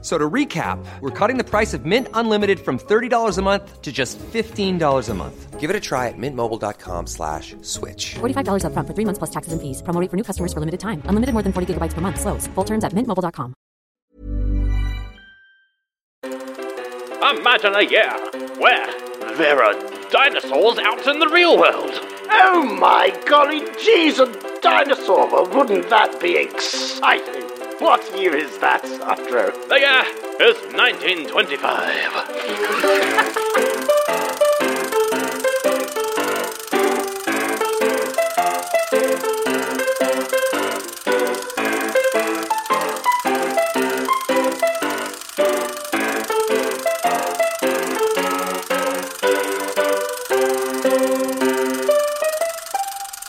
So to recap, we're cutting the price of Mint Unlimited from $30 a month to just $15 a month. Give it a try at mintmobile.com slash switch. $45 upfront for three months plus taxes and fees. Promo rate for new customers for limited time. Unlimited more than 40 gigabytes per month. Slows. Full terms at mintmobile.com. Imagine a year where there are dinosaurs out in the real world. Oh my golly geez, a dinosaur! Well, wouldn't that be exciting? What year is that, Sandro? The year is 1925.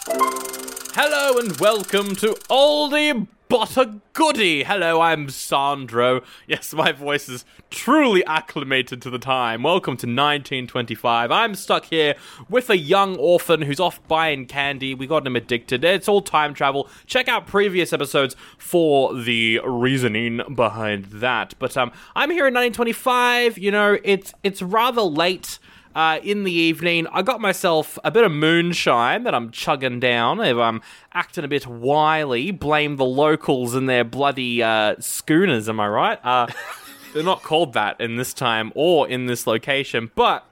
Hello and welcome to Oldie But a Goodie. Hello, I'm Sandro. Yes, my voice is truly acclimated to the time. Welcome to 1925. I'm stuck here with a young orphan who's off buying candy. We got him addicted. It's all time travel. Check out previous episodes for the reasoning behind that. But um, I'm here in 1925. You know, it's it's rather late uh, in the evening. I got myself a bit of moonshine that I'm chugging down. If I'm acting a bit wily, blame the locals and their bloody uh, schooners, am I right? Uh, they're not called that in this time or in this location, but.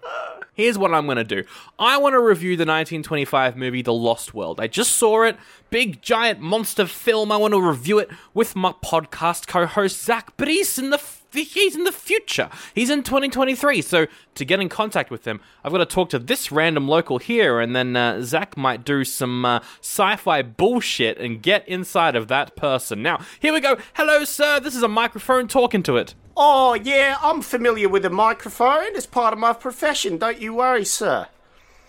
Here's what I'm going to do. I want to review the 1925 movie The Lost World. I just saw it. Big, giant monster film. I want to review it with my podcast co host, Zach Brees, in the he's in the future. He's in 2023. So to get in contact with him, I've got to talk to this random local here, and then uh, Zach might do some uh, sci-fi bullshit and get inside of that person. Now here we go. Hello, sir. This is a microphone talking to it. Oh, yeah, I'm familiar with a microphone. It's part of my profession, don't you worry, sir.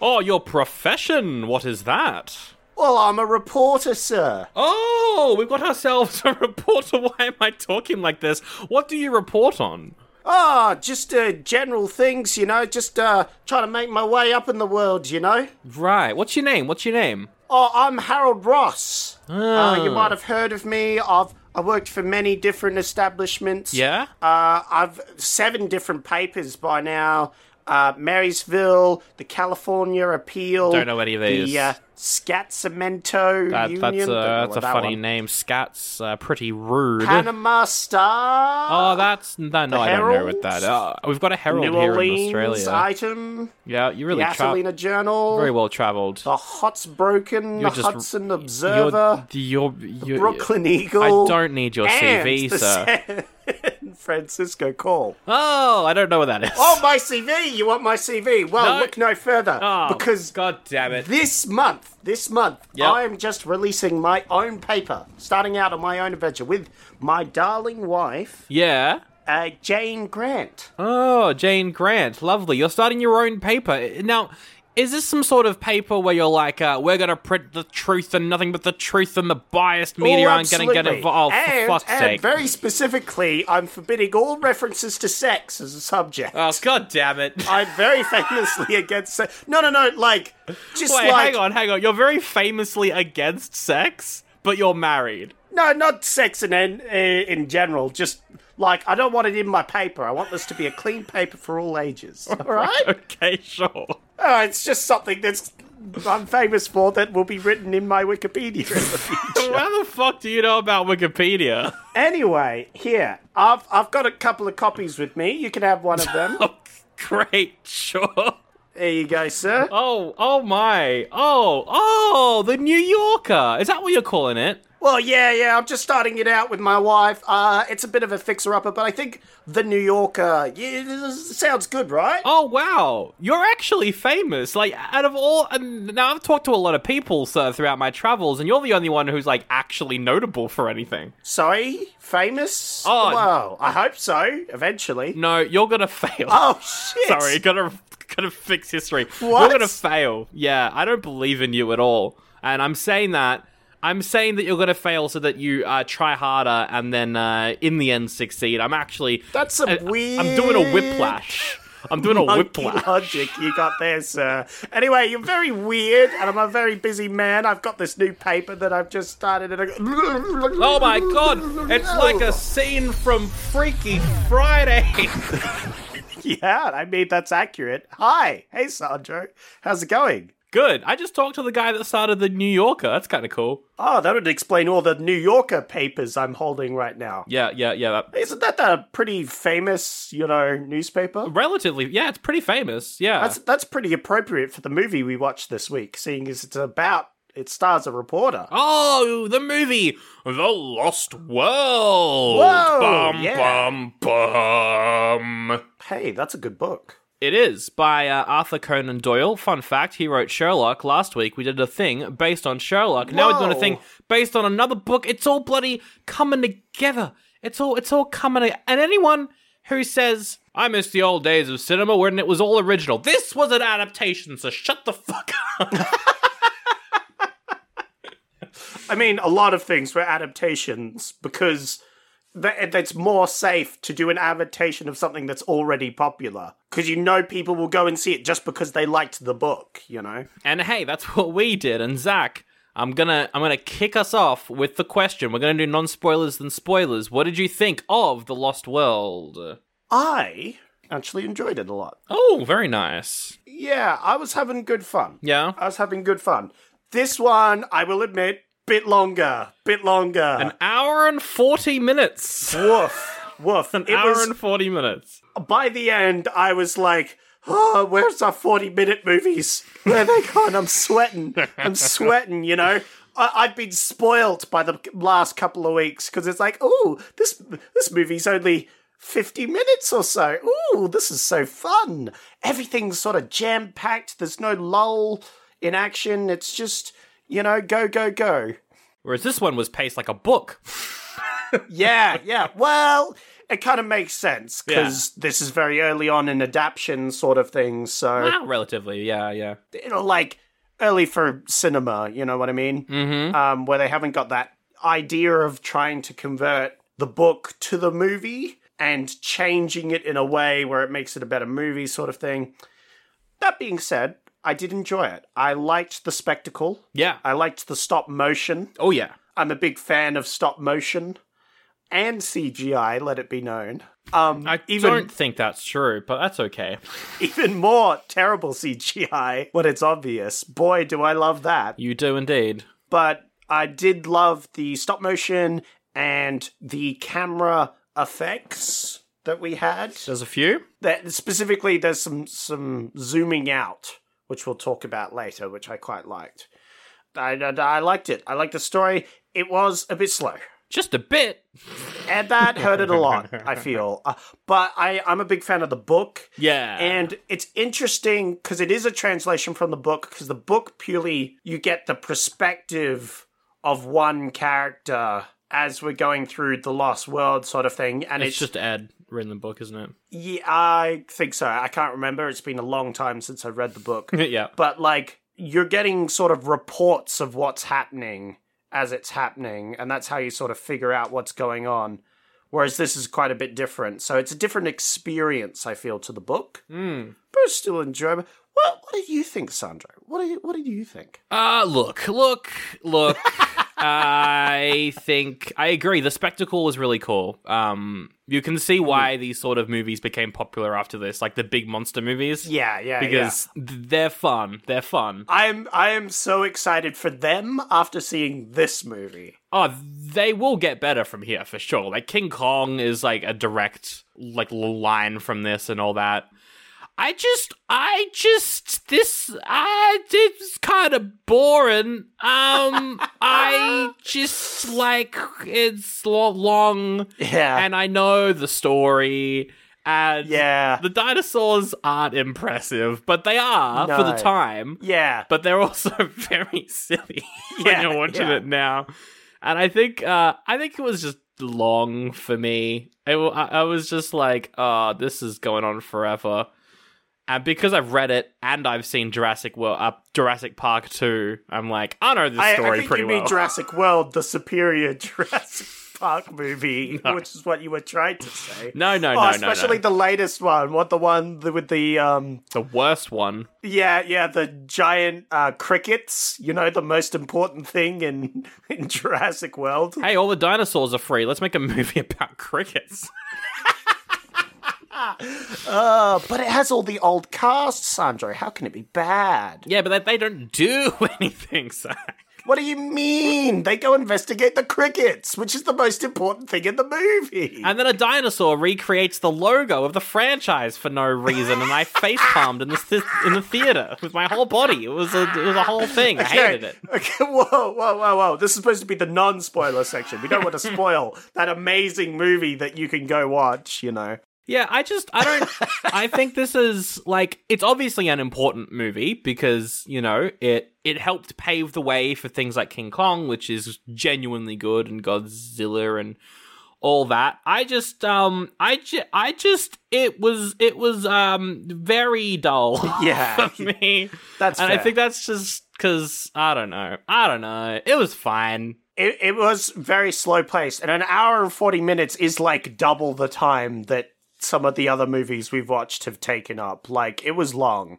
Oh, your profession. What is that? Well, I'm a reporter, sir. Oh, we've got ourselves a reporter. Why am I talking like this? What do you report on? Ah, just uh, general things, you know, just uh, trying to make my way up in the world, you know. Right. What's your name? What's your name? Oh, I'm Harold Ross. Ah. Uh, you might have heard of me. I've I worked for many different establishments. Yeah. Uh, I've seven different papers by now. Uh, Marysville, the California Appeal. Don't know any of these. The uh, Scatamento That, Union. that's a, Don't know that's a what that funny one- name. Scat's uh, pretty rude. Panama Star. oh, that's no, no the I don't know what Herald? that. Uh, we've got a herald New here Orleans in Australia. item. yeah, you The really Adelina tra- Journal. very well travelled. The Hots Broken, You're the just- Hudson Observer, You're, you're, you're, Brooklyn Eagle. I don't need your and CV, the sir. San Francisco Call. Oh, I don't know what that is. Oh, my CV! You want my CV? Well, No. look no further. Oh, because God damn it. this month, this month, Yep. I am just releasing my own paper, starting out on my own adventure with my darling wife, yeah. uh, Jane Grant. Oh, Jane Grant, lovely. You're starting your own paper now. Is this some sort of paper where you're like, uh, we're gonna print the truth and nothing but the truth and the biased media Oh, aren't gonna get absolutely. involved? And, for fuck's and sake! very specifically, I'm forbidding all references to sex as a subject. oh, god damn it! I'm very famously against sex. No, no, no. Like, just Wait, like hang on, hang on. You're very famously against sex, but you're married. no, not sex in in, in general. Just like I don't want it in my paper. I want this to be a clean paper for all ages. All right. Okay, sure. Oh, it's just something that's I'm famous for that will be written in my Wikipedia in the future. How the fuck do you know about Wikipedia? anyway, here I've I've got a couple of copies with me. You can have one of them. Oh, great, sure. there you go, sir. Oh, oh my. Oh, oh, the New Yorker. Is that what you're calling it? Well, yeah, yeah. I'm just starting it out with my wife. Uh, it's a bit of a fixer-upper, but I think the New Yorker yeah, this sounds good, right? Oh wow, you're actually famous. Like out of all, and now I've talked to a lot of people, sir, throughout my travels, and you're the only one who's like actually notable for anything. Sorry, famous. Oh. well, I hope so. Eventually. No, you're gonna fail. Oh shit! Sorry, gotta gotta fix history. What? You're gonna fail. Yeah, I don't believe in you at all, and I'm saying that I'm saying that you're going to fail so that you uh, try harder and then uh, in the end succeed. I'm actually. That's a I- I'm doing a weird whiplash. I'm doing a Monkey whiplash. logic you got there, sir. Anyway, you're very weird, and I'm a very busy man. I've got this new paper that I've just started. And I... Oh Oh my god! It's like a scene from Freaky Friday. yeah. I mean, that's accurate. Hi, hey, Sandro, how's it going? Good. I just talked to the guy that started the New Yorker. That's kind of cool. Oh, that would explain all the New Yorker papers I'm holding right now. Yeah, yeah, yeah. that- Isn't that a pretty famous, you know, newspaper? relatively, yeah, it's pretty famous. Yeah, That's that's pretty appropriate for the movie we watched this week, seeing as it's about it stars a reporter. Oh, the movie, The Lost World. Whoa, bum, yeah. bum, bum. Hey, that's a good book. It is by uh, Arthur Conan Doyle. Fun fact: He wrote Sherlock. Last week we did a thing based on Sherlock. Now we're doing a Whoa. thing based on another book. It's all bloody coming together. It's all it's all coming. to- And anyone who says I miss the old days of cinema when it was all original, this was an adaptation. So shut the fuck up. I mean, a lot of things were adaptations because th- it's more safe to do an adaptation of something that's already popular because you know people will go and see it just because they liked the book, you know? And hey, that's what we did. And Zach, I'm gonna I'm gonna kick us off with the question. We're gonna do non spoilers than spoilers. What did you think of The Lost World? I actually enjoyed it a lot. Oh, very nice. Yeah, I was having good fun. Yeah. I was having good fun. This one, I will admit, bit longer, bit longer. An hour and 40 minutes. woof, woof. An it hour was, and 40 minutes. by the end, I was like, oh, where's our 40 minute movies? Where they gone? I'm sweating. I'm sweating, you know? I- I've been spoilt by the last couple of weeks because it's like, oh, this, this movie's only 50 minutes or so. Ooh, this is so fun. Everything's sort of jam packed. There's no lull in action. It's just, you know, go, go, go. Whereas this one was paced like a book. Yeah, yeah. Well, it kind of makes sense because this is very early on in adaptation sort of thing. So, Ah, relatively, yeah, yeah. you know, like early for cinema, you know what I mean? Mm-hmm. Um, where they haven't got that idea of trying to convert the book to the movie and changing it in a way where it makes it a better movie sort of thing. That being said, I did enjoy it. I liked the spectacle. Yeah. I liked the stop motion. Oh, yeah. I'm a big fan of stop motion and CGI, let it be known. Um, I even, don't think that's true, but that's okay. even more terrible CGI when it's obvious. Boy, do I love that. You do indeed. But I did love the stop motion and the camera effects that we had. There's a few. That specifically, there's some some zooming out, which we'll talk about later, which I quite liked. I, I, I liked it. I liked the story. It was a bit slow. Just a bit. and that hurt it a lot. I feel, uh, but I I'm a big fan of the book, Yeah. and it's interesting because it is a translation from the book because the book purely you get the perspective of one character as we're going through the lost world sort of thing, and it's just Ed written the book, isn't it? yeah, I think so. I can't remember. It's been a long time since I read the book. Yeah. But like you're getting sort of reports of what's happening as it's happening, and that's how you sort of figure out what's going on. Whereas this is quite a bit different. So it's a different experience, I feel, to the book. Hmm. But it's still enjoyable. What what do you think, Sandro? What do you what do you think? Uh, look, look, look. I think I agree. The spectacle was really cool. Um, you can see why these sort of movies became popular after this, like the big monster movies. Yeah, yeah. yeah. because th- they're fun. They're fun. I'm I am so excited for them after seeing this movie. Oh, they will get better from here for sure. Like King Kong is like a direct like l- line from this and all that. I just, I just, this, I, it's kind of boring. Um, I just like it's lo- long, Yeah. and I know the story, and Yeah. the dinosaurs aren't impressive, but they are for the No. time Yeah. but they're also very silly when Yeah, you're watching yeah. it now. And I think uh, I think it was just long "Ah, for me. I, wa- I I was just like, oh, this is going on forever. And because I've read it and I've seen Jurassic World, uh, Jurassic Park 2, I'm like, I know this I, story I think pretty you well. mean Jurassic World, the superior Jurassic Park movie, which is what you were trying to say. No, no, Oh, no, no, especially no. the latest one. What the one th- with the um, the worst one. yeah, yeah, the giant uh, crickets. You know, the most important thing in in Jurassic World. Hey, all the dinosaurs are free. Let's make a movie about crickets. Uh, But it has all the old cast, Sandro. How can it be bad? yeah, but they, they don't do anything, Zach. What do you mean? They go investigate the crickets, which is the most important thing in the movie. And then a dinosaur recreates the logo of the franchise for no reason, and I face palmed in the th- in the theater with my whole body. It was a it was a whole thing. I hated it. Okay, whoa, whoa, whoa, whoa. This is supposed to be the non spoiler section. We don't want to spoil that amazing movie that you can go watch, you know. Yeah, I just I don't I think this is like it's obviously an important movie because, you know, it it helped pave the way for things like King Kong, which is genuinely good and Godzilla and all that. I just um I ju- I just it was it was um very dull Yeah. for me. That's and I fair. think that's just cuz I don't know. I don't know. It was fine. It, it was very slow paced, and an hour and 40 minutes is like double the time that some of the other movies we've watched have taken up. Like, it was long.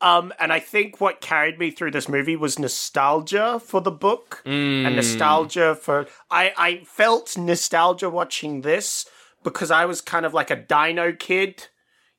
Um, and I think what carried me through this movie was nostalgia for the book and nostalgia for. I, I felt nostalgia watching this because I was kind of like a dino kid.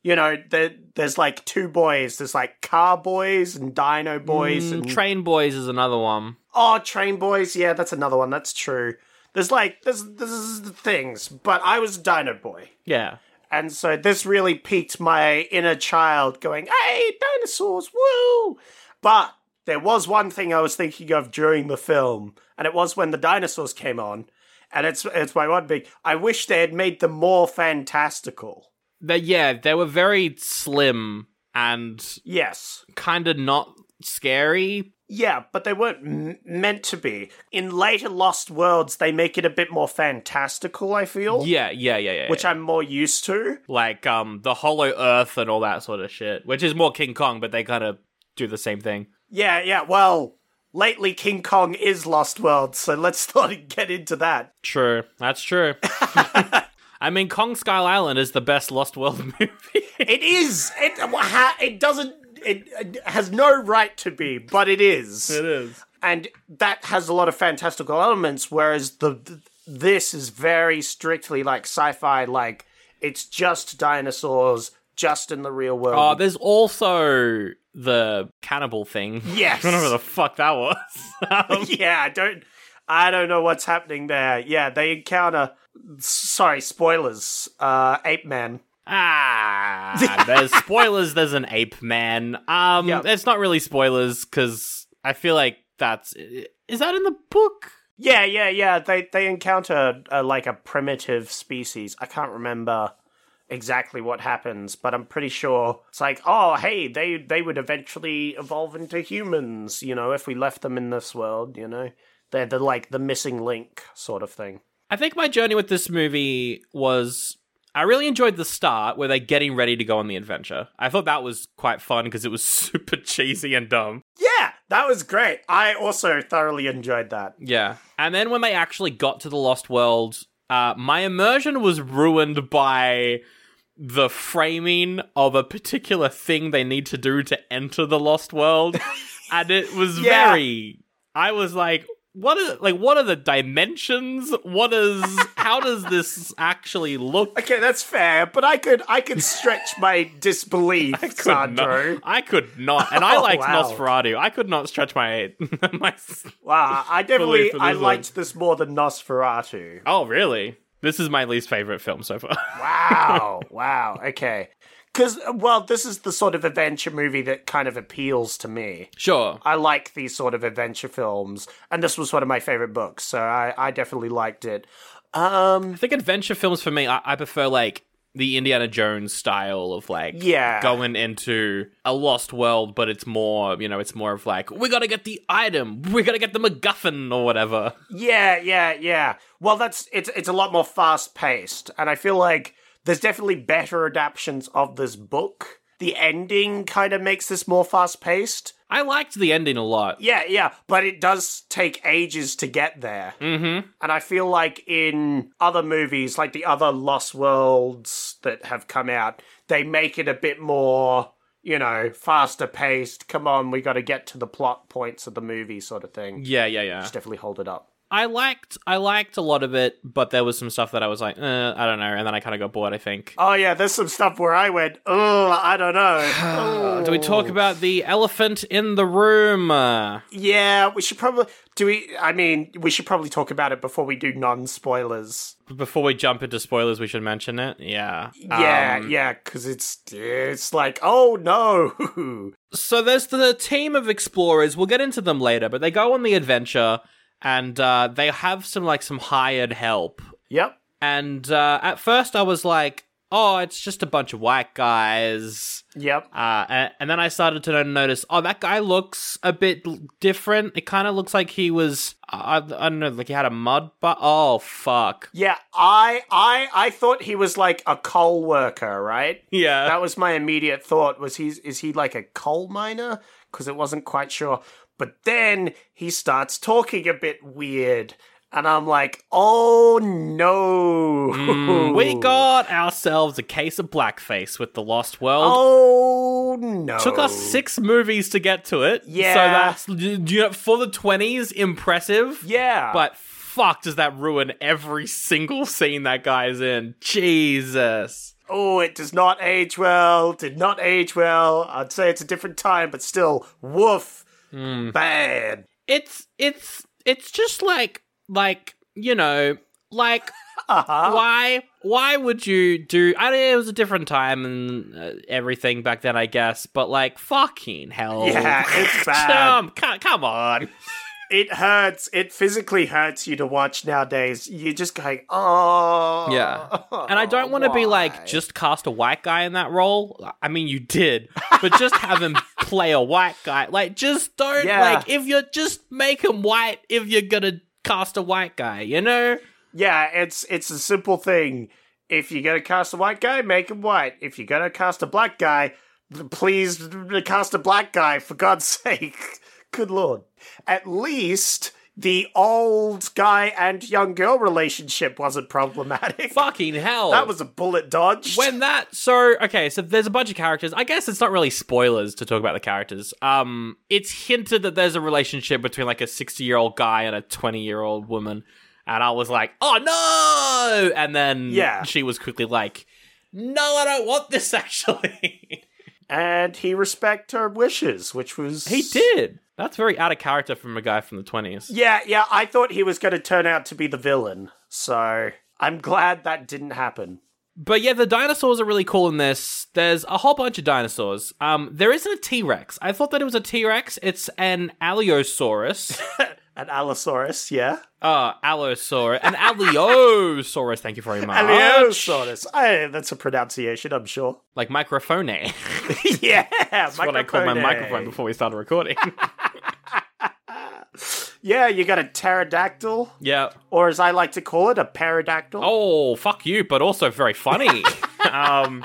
You know, there, there's like two boys. There's like car boys and dino boys and Train Boys is another one. Oh, Train Boys. Yeah, that's another one. That's true. There's like there's there's things, but I was Dino Boy, Yeah. and so this really piqued my inner child going, "Hey, dinosaurs! Woo!" But there was one thing I was thinking of during the film, and it was when the dinosaurs came on, and it's it's my one big. I wish they had made them more fantastical. But yeah, they were very slim and Yes, kind of not scary. Yeah, but they weren't m- meant to be. In later Lost Worlds, they make it a bit more fantastical, I feel. Yeah, yeah, yeah, yeah. Which I'm more used to. like um the Hollow Earth and all that sort of shit, which is more King Kong, but they kind of do the same thing. Yeah, yeah, well, lately King Kong is Lost Worlds, so let's not get into that. True, that's true. I mean, Kong Skull Island is the best Lost World movie. It is! It, ha- it doesn't. It, it has no right to be, but it is. is. and that has a lot of fantastical elements whereas the, th this is very strictly like sci-fi like it's just dinosaurs just in the real world Oh, there's also the cannibal thing. Yes. I don't know what the fuck that was. Um, yeah i don't i don't know what's happening there yeah they encounter sorry spoilers uh ape man ah, there's spoilers. There's an ape man. Um, Yep. it's not really spoilers because I feel like that's is that in the book. yeah yeah yeah they they encounter uh, like a primitive species i can't remember exactly what happens but i'm pretty sure it's like oh hey they they would eventually evolve into humans you know if we left them in this world you know they're the like the missing link sort of thing I think my journey with this movie was I really enjoyed the start where they're getting ready to go on the adventure. I thought that was quite fun because it was super cheesy and dumb. yeah that was great i also thoroughly enjoyed that Yeah. And then when they actually got to the Lost World, uh, my immersion was ruined by the framing of a particular thing they need to do to enter the Lost World. and it was Yeah. very. I was like, what are like what are the dimensions? What is how does this actually look? okay that's fair but i could i could stretch my disbelief could sandro not, I could not, and I Oh, liked wow. Nosferatu. I could not stretch my my. wow i definitely for i this liked this more than nosferatu Oh, really? This is my least favorite film so far. Wow. wow. Okay. Because, well, this is the sort of adventure movie that kind of appeals to me. sure. I like these sort of adventure films, and this was one of my favorite books, so I, I definitely liked it. Um, I think adventure films for me, I, I prefer like the Indiana Jones style of like Yeah. going into a lost world, but it's more you know it's more of like we gotta get the item, we gotta get the MacGuffin or whatever. Yeah, yeah, yeah. Well, that's it's it's a lot more fast paced, and I feel like there's definitely better adaptions of this book. the ending kind of makes this more fast paced. I liked the ending a lot. Yeah, yeah, but it does take ages to get there. Mm-hmm. And I feel like in other movies, like the other Lost Worlds that have come out, they make it a bit more, you know, faster paced. Come on, we got to get to the plot points of the movie, sort of thing. Yeah, yeah, yeah. Just definitely hold it up. I liked I liked a lot of it, but there was some stuff that I was like, eh, I don't know, and then I kind of got bored. I think. Oh yeah, there's some stuff where I went, oh, I don't know. Do we talk about the elephant in the room? Uh, yeah, we should probably do we. I mean, we should probably talk about it before we do non spoilers. before we jump into spoilers, we should mention it. Yeah. Yeah, yeah, because it's it's like, oh no, So there's the team of explorers. We'll get into them later, but they go on the adventure and uh, they have some like some hired help. yep. And uh, at first, I was like, "Oh, it's just a bunch of white guys." Yep. Uh, and, and then I started to notice, oh, that guy looks a bit l- different. It kind of looks like he was, I, I don't know, like he had a mud but Oh, fuck. Yeah, I I I thought he was like a coal worker, right? Yeah. That was my immediate thought was he's is he like a coal miner? Cuz it wasn't quite sure. But then he starts talking a bit weird and I'm like, "Oh no." We got ourselves a case of blackface with The Lost World. Oh no. Took us six movies to get to it. Yeah. So that's, you know, for the 20s, impressive. Yeah. But fuck, does that ruin every single scene that guy is in? Jesus. oh, it does not age well. Did not age well. I'd say it's a different time, but still woof. Mm. Bad. it's it's it's just like like you know like Uh. Uh-huh. why why would you do i mean it was a different time and uh, everything back then i guess but like fucking hell Yeah, it's bad. come, come, come on it hurts. It physically hurts you to watch nowadays. You're just going, oh. and i don't want to be like just cast a white guy in that role i mean you did but just have him play a white guy like just don't Yeah. like if you're just make him white if you're gonna cast a white guy you know Yeah, it's it's a simple thing. If you're gonna cast a white guy, make him white. If you're gonna cast a black guy, please cast a black guy for God's sake. Good lord. At least the old guy and young girl relationship wasn't problematic. fucking hell That was a bullet dodge. when that so okay so there's a bunch of characters i guess it's not really spoilers to talk about the characters um it's hinted that there's a relationship between like a 60 year old guy and a 20 year old woman and i was like oh no and then Yeah. she was quickly like no i don't want this actually and he respect her wishes, which was he did that's very out of character from a guy from the 20s Yeah, yeah, I thought he was going to turn out to be the villain. So I'm glad that didn't happen. But yeah, the dinosaurs are really cool in this. There's a whole bunch of dinosaurs. Um, there isn't a T Rex. I thought that it was a T Rex. It's an Allosaurus. An Allosaurus, yeah? Uh, Allosaurus. An Allosaurus, thank you very much. Allosaurus. I, that's a pronunciation, I'm sure. Like microphone. That's yeah, what I called my microphone. microphone before we started recording. Yeah, you got a pterodactyl, yeah. or as I like to call it, a pterodactyl. Oh, fuck you, but also very funny. um,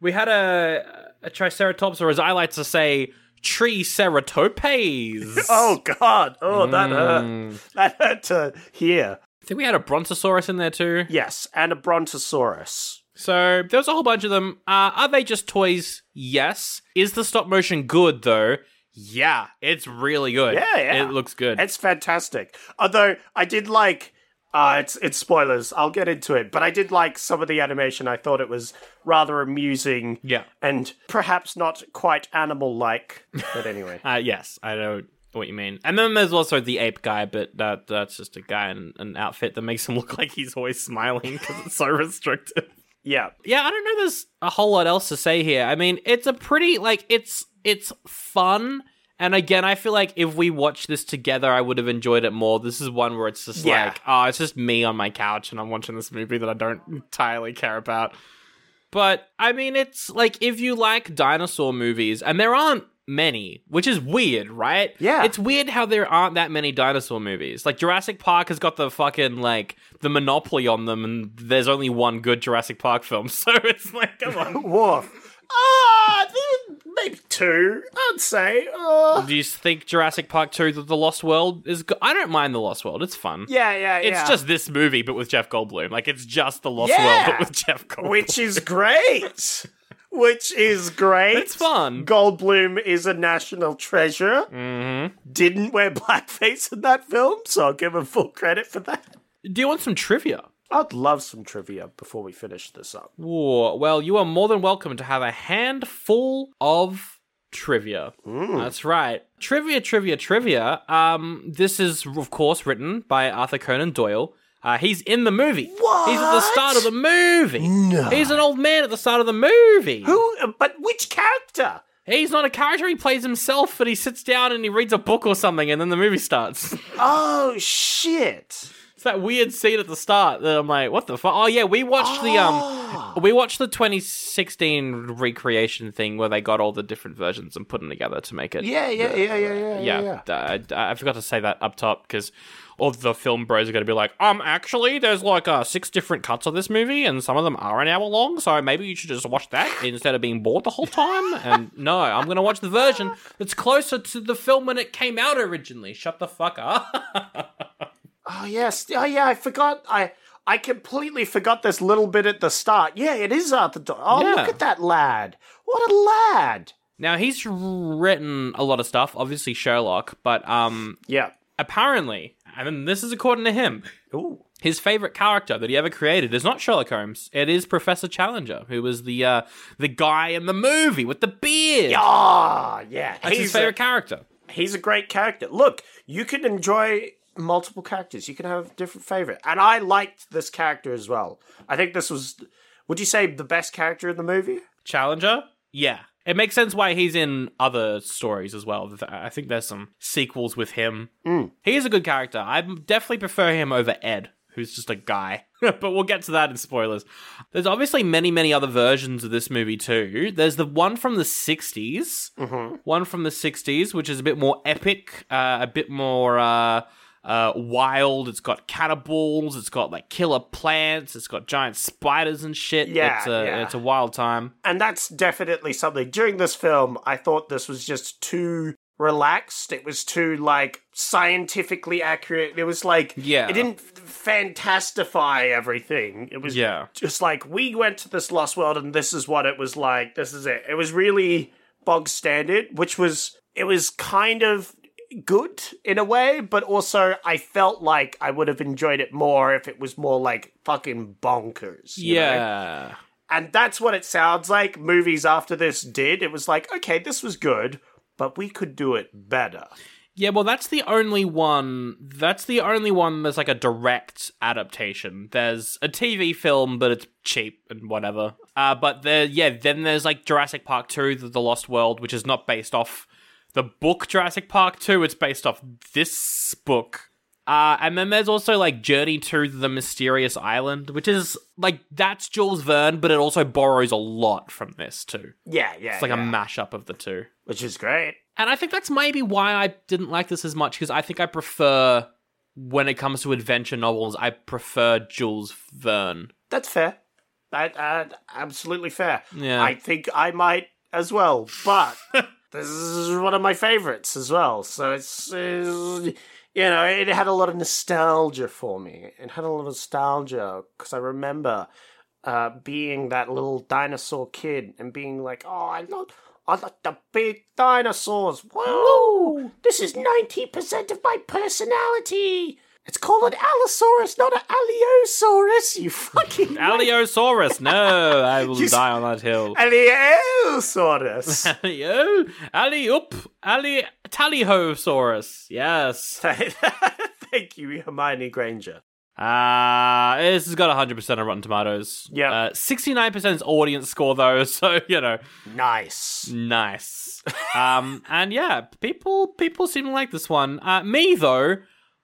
we had a, a Triceratops, or as I like to say, Tree Ceratopes. Oh, God. Oh, that Mm. hurt. That hurt to hear. I think we had a Brontosaurus in there too. Yes, and a brontosaurus. So there's a whole bunch of them. Uh, are they just toys? Yes. Is the stop motion good though? Yeah, it's really good. Yeah, yeah. It looks good. It's fantastic. Although I did like uh it's it's spoilers. I'll get into it, but I did like some of the animation. I thought it was rather amusing. Yeah. And perhaps not quite animal like, but anyway. Uh, yes, I know what you mean. And then there's also the ape guy, but that that's just a guy in an outfit that makes him look like he's always smiling because it's so restrictive. yeah. Yeah, I don't know. There's a whole lot else to say here. I mean, it's a pretty like it's it's fun. And again, I feel like if we watched this together, I would have enjoyed it more. This is one where it's just Yeah. like, oh, it's just me on my couch and I'm watching this movie that I don't entirely care about. But I mean, it's like if you like dinosaur movies, and there aren't many, which is weird, right? Yeah. It's weird how there aren't that many dinosaur movies. Like Jurassic Park has got the fucking like the monopoly on them, and there's only one good Jurassic Park film. So it's like, come on. Woof. Ah, maybe two, I'd say. Uh, Do you think Jurassic Park 2 The- The Lost World is go- I don't mind The Lost World. It's fun. yeah, yeah, It's yeah. just this movie but with Jeff Goldblum. Like it's just The Lost Yeah. World but with Jeff Goldblum. which is great. Which is great. It's fun. Goldblum is a national treasure. Mm-hmm. Didn't wear blackface in that film, so I'll give him full credit for that. Do you want some trivia? I'd love some trivia before we finish this up. Whoa, well, you are more than welcome to have a handful of trivia. That's right. Trivia, trivia, trivia. Um, this is, of course, written by Arthur Conan Doyle. Uh, he's in the movie. He's at the start of the movie. He's an old man at the start of the movie. Who? But which character? He's not a character. He plays himself, but he sits down and he reads a book or something, and then the movie starts. Oh shit! It's that weird scene at the start that I'm like, what the fuck? Oh yeah, we watched the Ah. um, we watched the 2016 recreation thing where they got all the different versions and put them together to make it. Yeah, yeah, yeah, yeah, yeah, yeah. yeah. yeah. I, I forgot to say that up top because all the film bros are going to be like, um, actually, there's like uh, six different cuts of this movie, and some of them are an hour long, so maybe you should just watch that instead of being bored the whole time. And no, I'm going to watch the version that's closer to the film when it came out originally. Shut the fuck up. Oh yes. Oh yeah. I forgot. I I completely forgot this little bit at the start. Yeah, it is Arthur. Do- oh Yeah. look at that lad! What a lad! Now he's written a lot of stuff, obviously Sherlock, but um Yeah. apparently, and this is according to him, Ooh. his favorite character that he ever created is not Sherlock Holmes. It is Professor Challenger, who was the uh, the guy in the movie with the beard. Ah, yeah. That's his he's favorite character. A, he's a great character. Look, you can enjoy multiple characters. You can have different favorite. And I liked this character as well. I think this was. Would you say the best character in the movie? Challenger? Yeah. It makes sense why he's in other stories as well. Th- I think there's some sequels with him. Mm. He is a good character. I definitely prefer him over Ed, who's just a guy. but we'll get to that in spoilers. There's obviously many, many other versions of this movie too. There's the one from the 60s, Mm-hmm. one from the 60s, which is a bit more epic, uh, a bit more. Uh, uh, wild. It's got cannibals. It's got like killer plants. It's got giant spiders and shit. Yeah, it's a, yeah. it's a wild time. and that's definitely something. During this film, I thought this was just too relaxed. It was too like scientifically accurate. It was like Yeah. it didn't f- fantastify everything. It was Yeah. just like we went to this lost world and this is what it was like. This is it. It was really bog standard, which was it was kind of good in a way, but also I felt like I would have enjoyed it more if it was more like fucking bonkers. you know? Yeah. And that's what it sounds like movies after this did. It was like, okay, this was good, but we could do it better. Yeah, well that's the only one that's the only one that's like a direct adaptation. There's a TV film but it's cheap and whatever. Uh but there yeah, then there's like Jurassic Park 2 The, the Lost World which is not based off the book Jurassic Park 2, it's based off this book. Uh, and then there's also like Journey to the Mysterious Island, which is like that's Jules Verne, but it also borrows a lot from this too. Yeah, yeah. It's like yeah. a mashup of the two. Which is great. And I think that's maybe why I didn't like this as much because I think I prefer when it comes to adventure novels, I prefer Jules Verne. That's fair. That uh, absolutely fair. Yeah. I think I might as well, but this is one of my favorites as well. So it's, it's- you know, it had a lot of nostalgia for me. It had a lot of nostalgia because I remember uh, being that little dinosaur kid and being like, oh, I love. I like the big dinosaurs. Whoa! This is 90% of my personality! It's called an Allosaurus, not an Allosaurus, you fucking. Aliosaurus, no, I will You- die on that hill. Allosaurus! Alio, Ali up, Ali Tallyhosaurus, yes. Thank you, Hermione Granger. Uh, this has got 100% on Rotten Tomatoes. Yep. Uh, 69% is audience score though, so, you know, Nice. Nice. um, and yeah, people people seem to like this one. Uh, me though,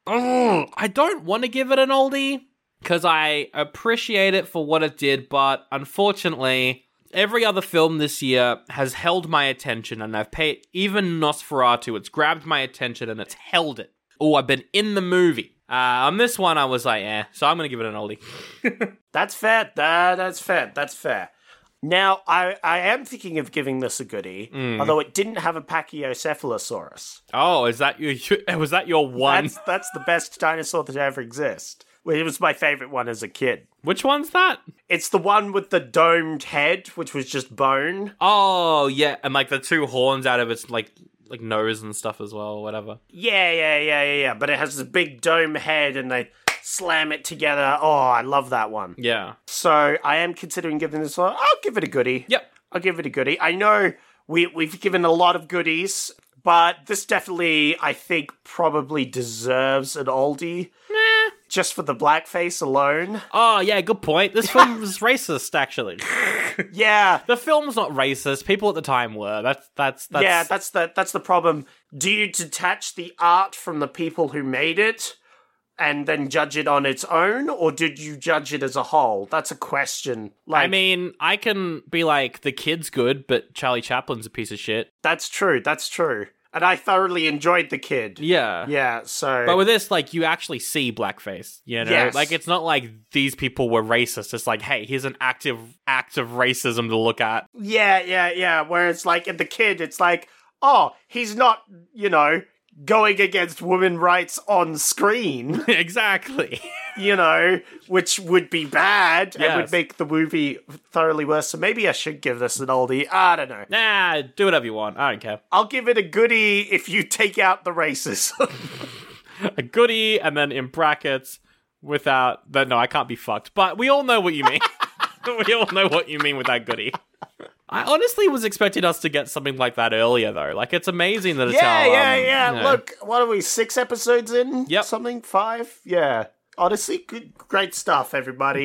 ugh, I don't want to give it an oldie because I appreciate it for what it did, but unfortunately, every other film this year has held my attention, and I've paid even Nosferatu. It's grabbed my attention and it's held it. Oh, I've been in the movie. Uh, on this one, I was like, eh. So I'm gonna give it an oldie. That's fair. That, that's fair. That's fair. Now, I, I am thinking of giving this a goodie, although it didn't have a Pachycephalosaurus. Oh, is that you? Was that your one? That's, that's the best dinosaur that ever exists. Well, It was my favorite one as a kid. Which one's that? It's the one with the domed head, which was just bone. Oh, yeah, and like the two horns out of its like like nose and stuff as well, or whatever. Yeah, yeah, yeah, yeah, yeah. But it has this big dome head and they slam it together. Oh, I love that one. Yeah. So I am considering giving this one. I'll give it a goodie. Yep. I'll give it a goodie. I know we we've given a lot of goodies, but this definitely I think probably deserves an oldie. Just for the blackface alone. Oh, yeah. Good point. This film was racist, actually. Yeah. The film's not racist. People at the time were. That's that's that's. yeah, that's the that's the problem. Do you detach the art from the people who made it and then judge it on its own, or did you judge it as a whole? That's a question. Like I mean, I can be like the kid's good, but Charlie Chaplin's a piece of shit. that's true, that's true. And I thoroughly enjoyed the kid. Yeah. Yeah, so But with this, like, you actually see blackface. You know, Yes. like it's not like these people were racist. It's like, hey, here's an active act of racism to look at. Yeah, yeah, yeah. Whereas, like, in the kid, it's like, oh, he's not, you know, going against women rights on screen, exactly. you know, which would be bad and Yes. would make the movie thoroughly worse. So maybe I should give this an oldie. I don't know. nah, do whatever you want. I don't care. I'll give it a goodie if you take out the racism. A goodie, and then in brackets, without that. No, I can't be fucked. But we all know what you mean. we all know what you mean with that goodie. I honestly was expecting us to get something like that earlier, though. Like, it's amazing that it's yeah, how, yeah, um, yeah. you know- Look, what are we, six episodes in? Yep. Something? Five? Yeah. Honestly, good, great stuff, everybody.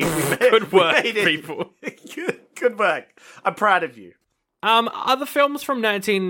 good work, made it. people. good, good work. I'm proud of you. Um, other films from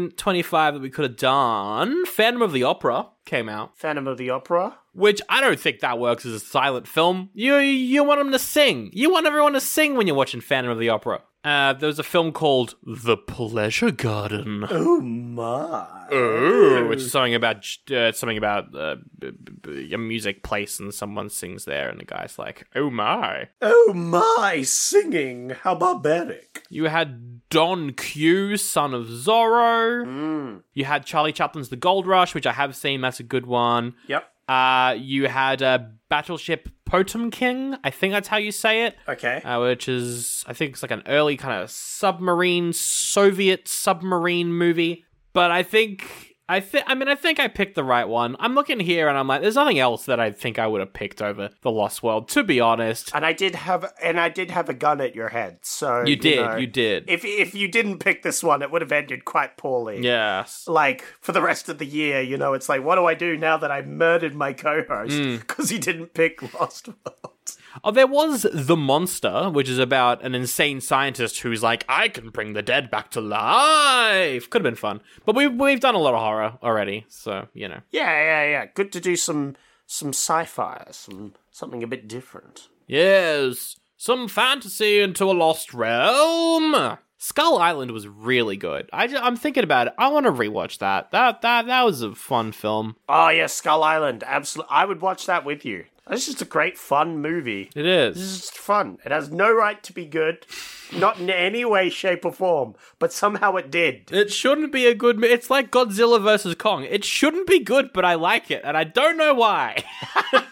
1925 that we could have done. Phantom of the Opera came out, Phantom of the Opera. which I don't think that works as a silent film. You you want them to sing. You want everyone to sing when you're watching Phantom of the Opera. Uh, there was a film called The Pleasure Garden, Oh my! which is something about uh, something about uh, b- b- b- a music place, and someone sings there, and the guy's like, "Oh my!" Oh my! Singing, how barbaric! You had Don Q, Son of Zorro. You had Charlie Chaplin's The Gold Rush, which I have seen. That's a good one. Yep. Uh, you had uh, Battleship Potemkin. I think that's how you say it. Okay. Uh, which is, I think it's like an early kind of submarine, Soviet submarine movie. But I think, I think, I mean, I think I picked the right one. I'm looking here and I'm like, there's nothing else that I think I would have picked over The Lost World, to be honest. and I did have, and I did have a gun at your head. So You did, know, you did. If if you didn't pick this one, it would have ended quite poorly. yes. Like for the rest of the year, you know, it's like, what do I do now that I murdered my co-host Hmm. because he didn't pick Lost World? Oh, there was The Monster, which is about an insane scientist who's like, I can bring the dead back to life. Could have been fun. But we've, we've done a lot of horror already, so, you know. Yeah, yeah, yeah. Good to do some some sci-fi, some something a bit different. Yes, some fantasy into a lost realm. Skull Island was really good. I, am thinking about it. I want to rewatch that. That that that was a fun film. Oh yeah, Skull Island. Absolutely, I would watch that with you. It's just a great fun movie. It It's is. just fun. It has no right to be good, not in any way, shape, or form. But somehow it did. It shouldn't be a good. mo- It's like Godzilla versus Kong. It shouldn't be good, but I like it, and I don't know why.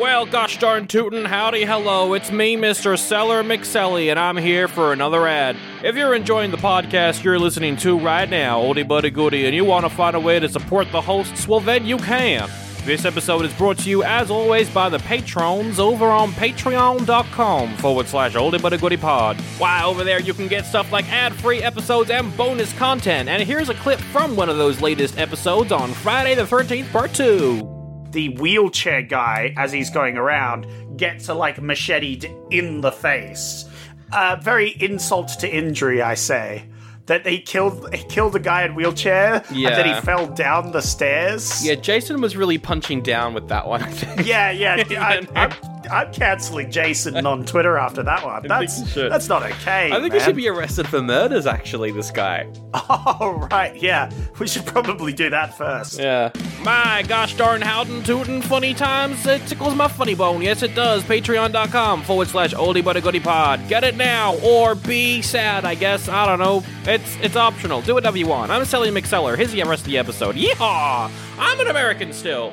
well, gosh darn tootin', howdy, hello. It's me, Mr. Seller McSelly, and I'm here for another ad. If you're enjoying the podcast you're listening to right now, oldie buddy goody, and you want to find a way to support the hosts, well, then you can. This episode is brought to you, as always, by the patrons over on patreon.com forward slash oldie but a goodie pod. Why, over there you can get stuff like ad free episodes and bonus content. And here's a clip from one of those latest episodes on Friday the 13th, part 2. The wheelchair guy, as he's going around, gets a like macheted in the face. Uh, very insult to injury, I say. That he killed he killed a guy in wheelchair, and then Yeah. he fell down the stairs. Yeah, Jason was really punching down with that one, I think. Yeah, yeah. I, I, I'm canceling Jason on Twitter after that one. That's you should. that's not okay. I think man. he should be arrested for murders, actually, this guy. Oh right, yeah. We should probably do that first. Yeah. My gosh darn howden tootin' funny times. It tickles my funny bone. Yes, it does. Patreon.com forward slash oldie but a goodie pod. Get it now or be sad, I guess. I don't know. It's it's optional. Do whatever you want. I'm Sally McSeller. Here's the rest of the episode. Yeehaw! I'm an American still.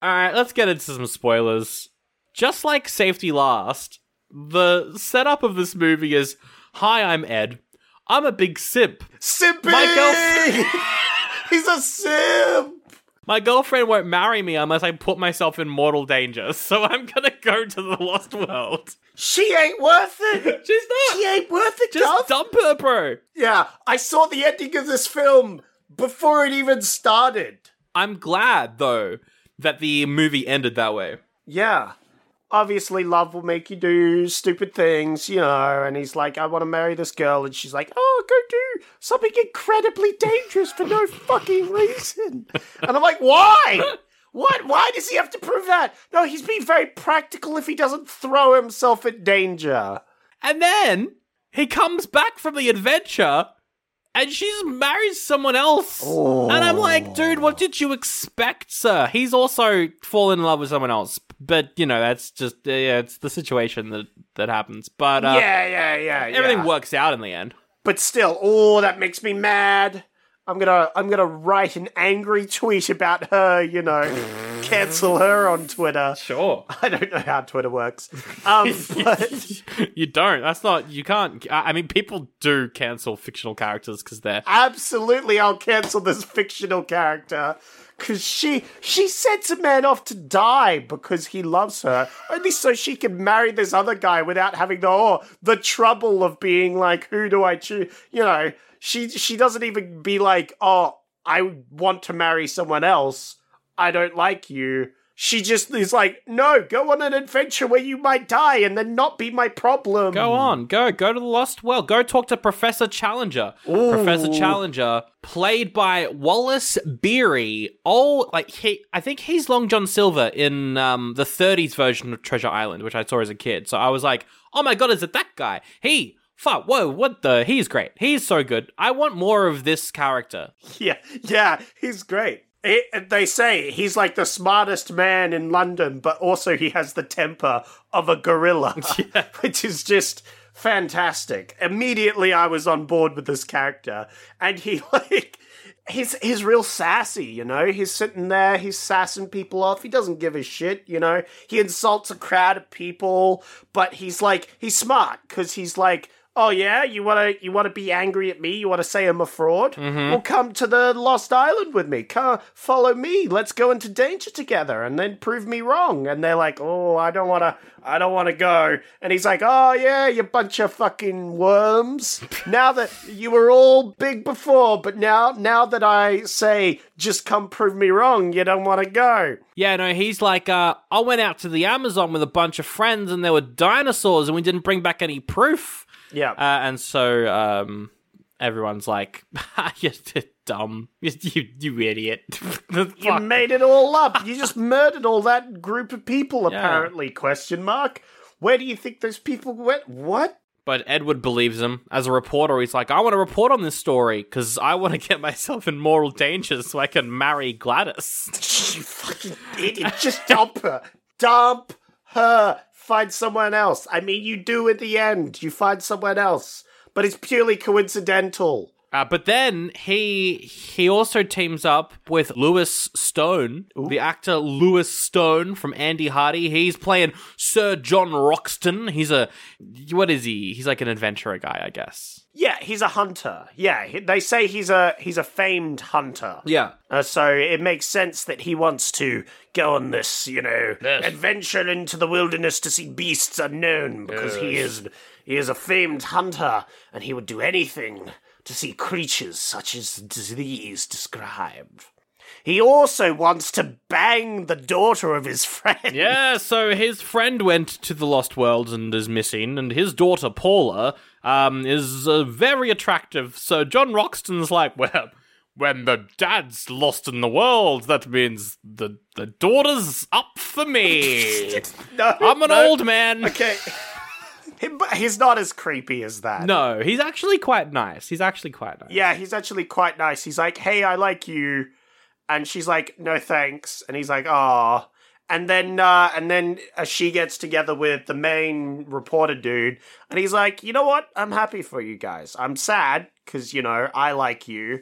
All right, let's get into some spoilers. Just like Safety Last, the setup of this movie is Hi, I'm Ed. I'm a big simp. Simpy! My girlfriend- He's a simp. My girlfriend won't marry me unless I put myself in mortal danger, so I'm gonna go to the Lost World. She ain't worth it. She's not! she ain't worth it, Just Gov. dump her, bro! Yeah, I saw the ending of this film before it even started. I'm glad, though, that the movie ended that way. Yeah. Obviously, love will make you do stupid things, you know. And he's like, I want to marry this girl. And she's like, Oh, go do something incredibly dangerous for no fucking reason. And I'm like, Why? What? Why does he have to prove that? No, he's being very practical if he doesn't throw himself in danger. And then he comes back from the adventure and she's married someone else. And I'm like, dude, what did you expect, sir? He's also fallen in love with someone else. But, you know, that's just, yeah, it's the situation that, that happens. But uh, yeah, yeah, yeah. everything yeah. works out in the end. But still, oh, that makes me mad. I'm gonna, I'm gonna write an angry tweet about her. You know, cancel her on Twitter. Sure. I don't know how Twitter works. Um, but you don't. That's not, you can't. I I mean, people do cancel fictional characters because they're. absolutely, I'll cancel this fictional character because she she sends a man off to die because he loves her, only so she can marry this other guy without having the oh, the trouble of being like, who do I choose? You know, she she doesn't even be like, oh, I want to marry someone else. I don't like you. She just is like, no, go on an adventure where you might die and then not be my problem. Go on, go, go to the Lost Well. Go talk to Professor Challenger. Professor Challenger, played by Wallace Beery. Oh, like he, I think he's Long John Silver in um, the '30s version of Treasure Island, which I saw as a kid. So I was like, oh my god, is it that guy? He, fuck, whoa, what the? He's great. He's so good. I want more of this character. Yeah, yeah, he's great. He- they say he's like the smartest man in London, but also he has the temper of a gorilla, which is just fantastic. Immediately, I was on board with this character, and he like. He's, he's real sassy, you know? He's sitting there, he's sassing people off. He doesn't give a shit, you know? He insults a crowd of people, but he's like, he's smart, because he's like, Oh yeah, you wanna you wanna be angry at me? You wanna say I'm a fraud? Well, come to the Lost Island with me. Come follow me. Let's go into danger together, and then prove me wrong. And they're like, oh, I don't wanna, I don't wanna go. And he's like, oh yeah, you bunch of fucking worms. now that you were all big before, but now now that I say just come prove me wrong, you don't wanna go. Yeah, no, he's like, uh, I went out to the Amazon with a bunch of friends and there were dinosaurs and we didn't bring back any proof. Yeah. Uh, and so um, everyone's like, you're d- dumb. You, you, you idiot. You Fuck. made it all up. You just murdered all that group of people, apparently. Question mark. Where do you think those people went? What? but Edward believes him. As a reporter, he's like, I want to report on this story because I want to get myself in moral danger so I can marry Gladys. You fucking idiot. Just dump her. Dump her. Find someone else. I mean, you do at the end. You find someone else. But it's purely coincidental. Uh, but then he he also teams up with Lewis Stone, the actor Lewis Stone from Andy Hardy. He's playing Sir John Roxton. He's a what is he? He's like an adventurer guy, I guess. Yeah, he's a hunter. Yeah, he- they say he's a he's a famed hunter. Yeah. Uh, so it makes sense that he wants to go on this, you know, adventure into the wilderness to see beasts unknown because he is he is a famed hunter and he would do anything to see creatures such as these described. He also wants to bang the daughter of his friend. Yeah, so his friend went to the Lost World and is missing, and his daughter Paula um, is uh, very attractive. So John Roxton's like, well, When the dad's lost in the world, that means the the daughter's up for me. No, I'm an no. old man. Okay. He- but he's not as creepy as that. No, he's actually quite nice. He's actually quite nice. Yeah, he's actually quite nice. He's like, "Hey, I like you," and she's like, "No, thanks." And he's like, "Ah." And then, uh, and then uh, she gets together with the main reporter dude, and he's like, "You know what? I'm happy for you guys. I'm sad because you know I like you,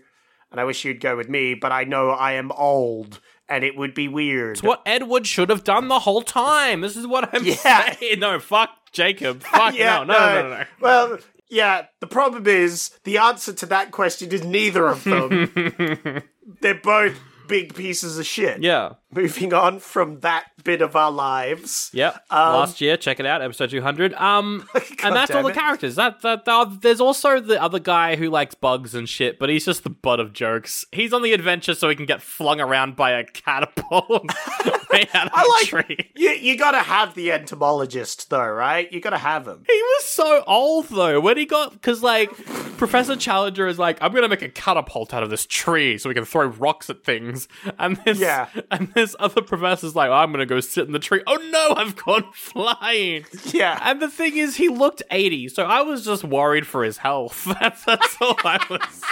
and I wish you'd go with me, but I know I am old, and it would be weird." It's what Edward should have done the whole time. This is what I'm Yeah. saying. No, fuck Jacob. Fuck no, no, no, no, no. uh, Well, yeah, the problem is the answer to that question is neither of them. They're both big pieces of shit. Yeah. Moving on from that bit of our lives. Yep. Last year, check it out, episode 200. Um, and that's all Um, damn the it. characters. That, that, that there's also the other guy who likes bugs and shit, but he's just the butt of jokes. He's on the adventure so he can get flung around by a catapult made out of I a like tree. you. You gotta have the entomologist, though, right? You gotta have him. He was so old though. When he got, because like Professor Challenger is like, I'm gonna make a catapult out of this tree so we can throw rocks at things. And this, Yeah. and this other professor's like, I'm gonna go sit in the tree. Oh no, I've gone flying. Yeah. And the thing is, he looked 80, so I was just worried for his health. That's, that's all I was.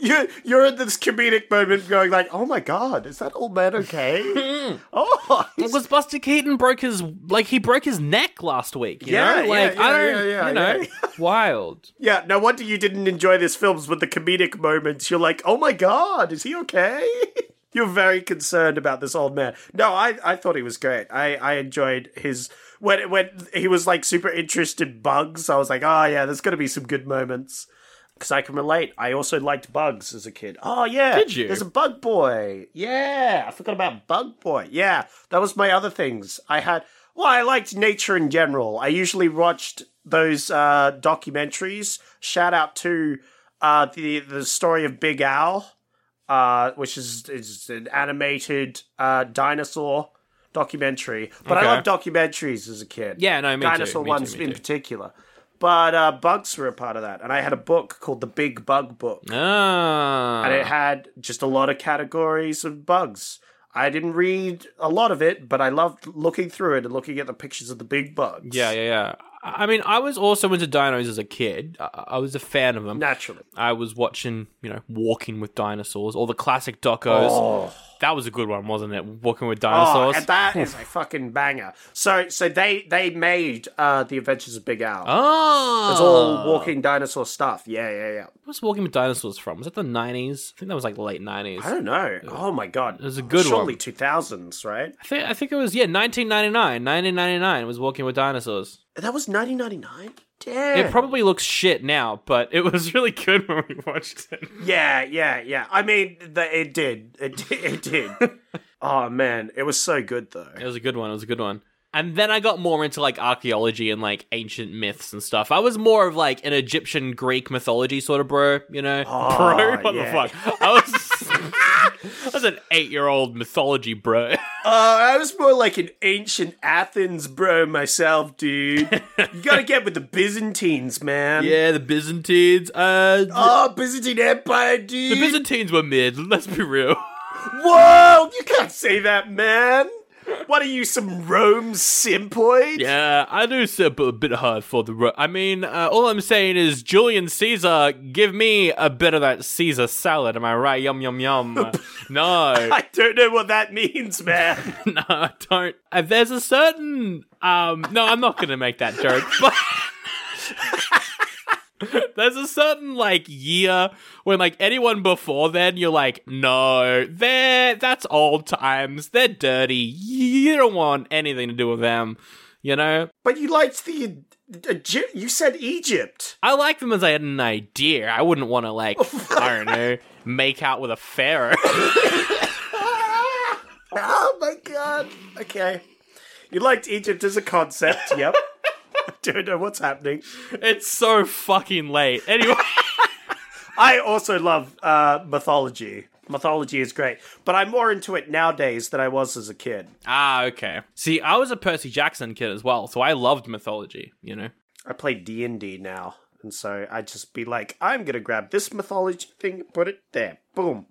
you, you're in this comedic moment, going like, "Oh my god, is that old man okay?" Hmm. oh, It was Buster Keaton broke his like he broke his neck last week. You Yeah, know? yeah, like I yeah, don't, yeah, yeah, you know, wild. Yeah, no wonder you didn't enjoy this films with the comedic moments. You're like, oh my god, is he okay? You're very concerned about this old man. No, I, I thought he was great. I, I enjoyed his when when he was like super interested in bugs. I was like, oh yeah, there's gonna be some good moments because I can relate. I also liked bugs as a kid. Oh yeah, Did you? There's a Bug Boy. Yeah, I forgot about Bug Boy. Yeah, that was my other things. I had. Well, I liked nature in general. I usually watched those uh, documentaries. Shout out to uh, the the story of Big Owl, uh, which is is an animated uh, dinosaur documentary. But Okay. I loved documentaries as a kid. Yeah, no, me too, dinosaur me too, ones me in too. particular. But uh, bugs were a part of that, and I had a book called the Big Bug Book, Ah, and it had just a lot of categories of bugs. I didn't read a lot of it, but I loved looking through it and looking at the pictures of the big bugs. yeah, yeah, yeah. I I mean, I was also into dinos as a kid. I, I was a fan of them. naturally. I was watching, you know, Walking with Dinosaurs, all the classic docos. That was a good one, wasn't it? Walking with Oh, Dinosaurs. and that is a fucking banger. So, so they they made uh, the Adventures of Big Owl. Ah, It's all walking dinosaur stuff. Yeah, yeah, yeah. What's Walking with Dinosaurs from? Was that the nineties? I think that was like late nineties. I don't know. Oh my god, There's a good Surely one. two thousands, right? I think I think it was yeah, 1999. 1999 was Walking with Dinosaurs. That was nineteen ninety nine. Damn. It probably looks shit now, but it was really good when we watched it. Yeah, yeah, yeah. I mean, the, it did. It did. It did. oh man, it was so good though. It was a good one. It was a good one. And then I got more into like archaeology and like ancient myths and stuff. I was more of like an Egyptian Greek mythology sort of bro, you know? bro, what yeah. the fuck? I was I was an 8-year-old mythology bro. Uh, I was more like an ancient Athens bro myself, dude. you gotta get with the Byzantines, man. yeah, the Byzantines. Uh Oh, Byzantine Empire, the dude. Byzantines were mid, let's be real. Whoa, you can't say that, man. What are you, some Rome simpoid? Yeah, I do sip a bit hard for the. Ro- I mean, uh, all I'm saying is Julian Caesar, give me a bit of that Caesar salad. Am I right? Yum yum yum. no, I don't know what that means, man. no, I don't. Uh, there's a certain. Um, no, I'm not gonna make that joke. But there's a certain like year when like anyone before then, you're like, no, they're that's old times. They're dirty. You don't want anything to do with them. You know, but you liked the. Egy- you said Egypt. I like them as I had an idea. I wouldn't want to like I don't know make out with a pharaoh. Oh my god. Okay. You liked Egypt as a concept, yep. I don't know what's happening. it's so fucking late. Anyway, I also love uh, mythology. Mythology is great, but I'm more into it nowadays than I was as a kid. ah okay. See, I was a Percy Jackson kid as well, so I loved mythology. You know, I play D and D now. And so I'd just be like, I'm gonna grab this mythology thing, put it there. Boom.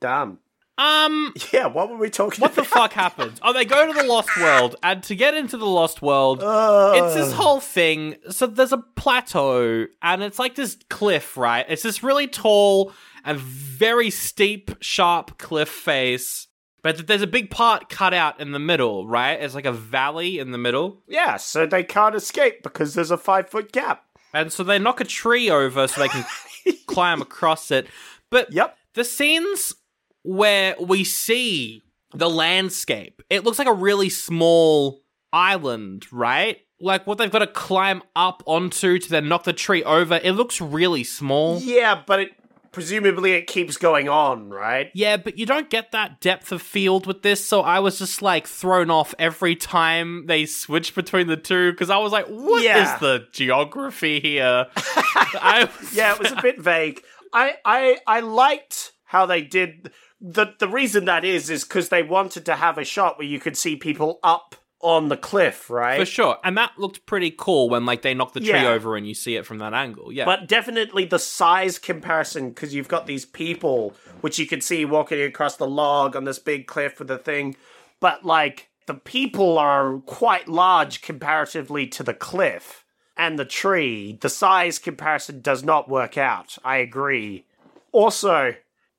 Done. Um, Yeah, what were we talking what the about? fuck happens? Oh, they go to the Lost World, and to get into the Lost World, it's this whole thing. So there's a plateau, and it's like this cliff, right? It's this really tall and very steep, sharp cliff face. But th- there's a big part cut out in the middle, right? It's like a valley in the middle. yeah, so they can't escape because there's a five foot gap. And so they knock a tree over so they can climb across it. But Yep. the scenes where we see the landscape, it looks like a really small island, right? Like what they've got to climb up onto to then knock the tree over. It looks really small. Yeah, but it presumably it keeps going on, right? Yeah, but you don't get that depth of field with this, so I was just like thrown off every time they switch between the two because I was like, "What is Yeah. the geography here?" I was Yeah, it was a bit vague. I I I liked how they did the the reason that is is because they wanted to have a shot where you could see people up on the cliff, right? For sure. And that looked pretty cool when like they knock the tree Yeah. over and you see it from that angle. Yeah. But definitely the size comparison, because you've got these people, which you can see walking across the log on this big cliff with the thing. But like the people are quite large comparatively to the cliff and the tree. The size comparison does not work out. I agree. Also,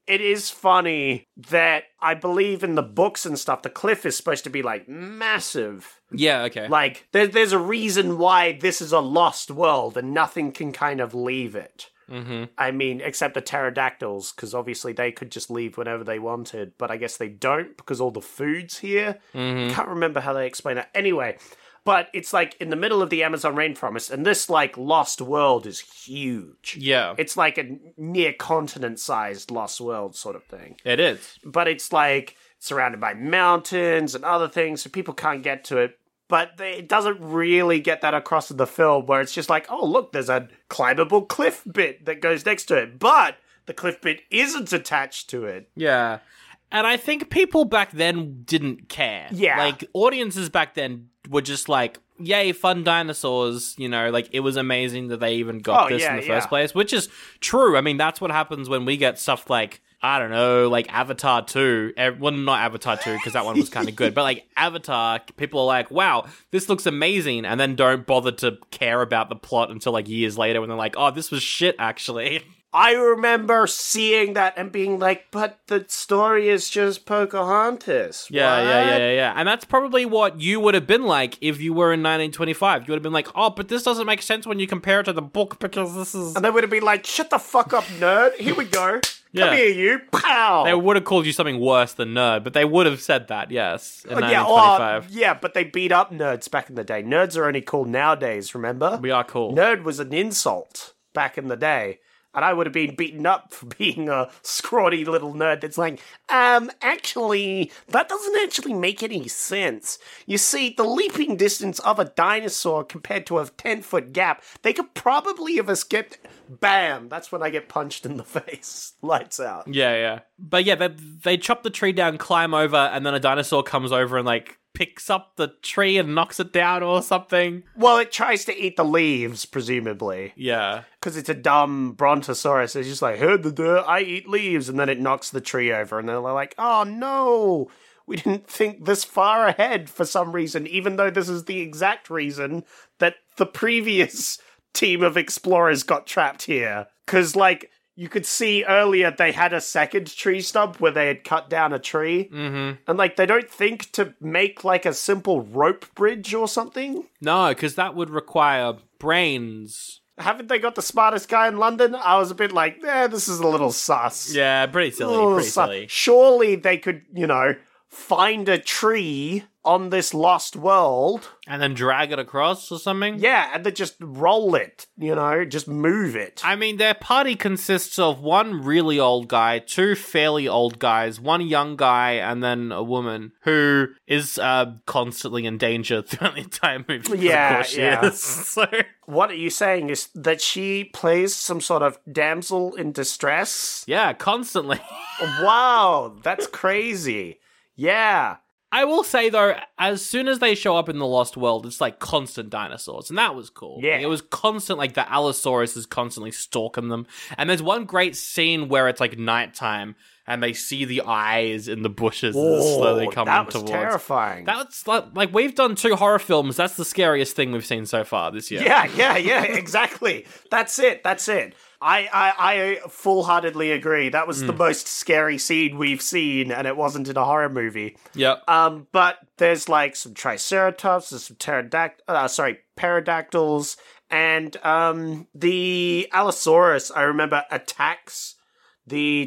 it is funny that I believe in the books and stuff, the cliff is supposed to be like massive. yeah, okay. Like, there, there's a reason why this is a lost world and nothing can kind of leave it. Mm-hmm. I mean, except the pterodactyls, because obviously they could just leave whenever they wanted, but I guess they don't because all the food's here. Mm-hmm. I can't remember how they explain that. Anyway, but it's like in the middle of the Amazon rainforest, and this, like, lost world is huge. yeah. It's like a near continent sized lost world sort of thing it is. but it's like surrounded by mountains and other things, so people can't get to it. But they, it doesn't really get that across in the film, where it's just like, oh, look, there's a climbable cliff bit that goes next to it, but the cliff bit isn't attached to it. Yeah. And I think people back then didn't care. Yeah. Like audiences back then were just like, yay, fun dinosaurs, you know, like it was amazing that they even got Oh, this in yeah, the first yeah. place, which is true. I mean, that's what happens when we get stuff like I don't know, like Avatar 2. eh, Well, not Avatar 2, because that one was kind of good. But like Avatar, people are like, wow, this looks amazing. And then don't bother to care about the plot until like years later when they're like, oh, this was shit, actually. I remember seeing that and being like, but the story is just Pocahontas. Yeah, yeah, yeah, What? yeah, yeah. And that's probably what you would have been like if you were in 1925. You would have been like, oh, but this doesn't make sense when you compare it to the book because this is. And they would have been like, shut the fuck up, nerd. Here we go. Yeah. Come here, you. Pow. They would have called you something worse than nerd, but they would have said that, yes, in Oh, yeah, or, 1925. yeah, but they beat up nerds back in the day. Nerds are only cool nowadays, remember? we are cool. Nerd was an insult back in the day. And I would have been beaten up for being a scrawny little nerd that's like, um, actually, that doesn't actually make any sense. You see, the leaping distance of a dinosaur compared to a 10 foot gap, they could probably have escaped. Bam! That's when I get punched in the face. Lights out. Yeah, yeah. But yeah, they, they chop the tree down, climb over, and then a dinosaur comes over and, like, picks up the tree and knocks it down or something. Well, it tries to eat the leaves, presumably. Yeah. because it's a dumb brontosaurus. It's just like, "Hey, duh, duh, I eat leaves, and then it knocks the tree over, and then they're like, oh no, we didn't think this far ahead for some reason, even though this is the exact reason that the previous team of explorers got trapped here. Because, like, you could see earlier they had a second tree stump where they had cut down a tree, mm-hmm. and like they don't think to make like a simple rope bridge or something. No, because that would require brains. Haven't they got the smartest guy in London? I was a bit like, eh, this is a little sus. Yeah, pretty A silly, little pretty sus. silly. Surely they could, you know, find a tree on this lost world. And then drag it across or something? Yeah, and then just roll it, you know, just move it. I mean, their party consists of one really old guy, two fairly old guys, one young guy, and then a woman who is uh, constantly in danger throughout the entire movie. 'cause of Yeah, course she yeah. is. So, what are you saying is that she plays some sort of damsel in distress? yeah, constantly. wow, that's crazy. Yeah. I will say though, as soon as they show up in the Lost World, it's like constant dinosaurs, and that was cool. Yeah. Like, it was constant. Like the Allosaurus is constantly stalking them, and there's one great scene where it's like nighttime, and they see the eyes in the bushes and it's slowly Whoa, coming Oh, that was towards. terrifying. That's like, like we've done two horror films. That's the scariest thing we've seen so far this year. Yeah, yeah, yeah, exactly. That's it. That's it. I, I, I full heartedly agree. That was the most scary scene we've seen, and it wasn't in a horror movie. Yep. Um, but there's like some triceratops, there's some pterodact- uh, sorry, pterodactyls, and um, the Allosaurus, I remember, attacks the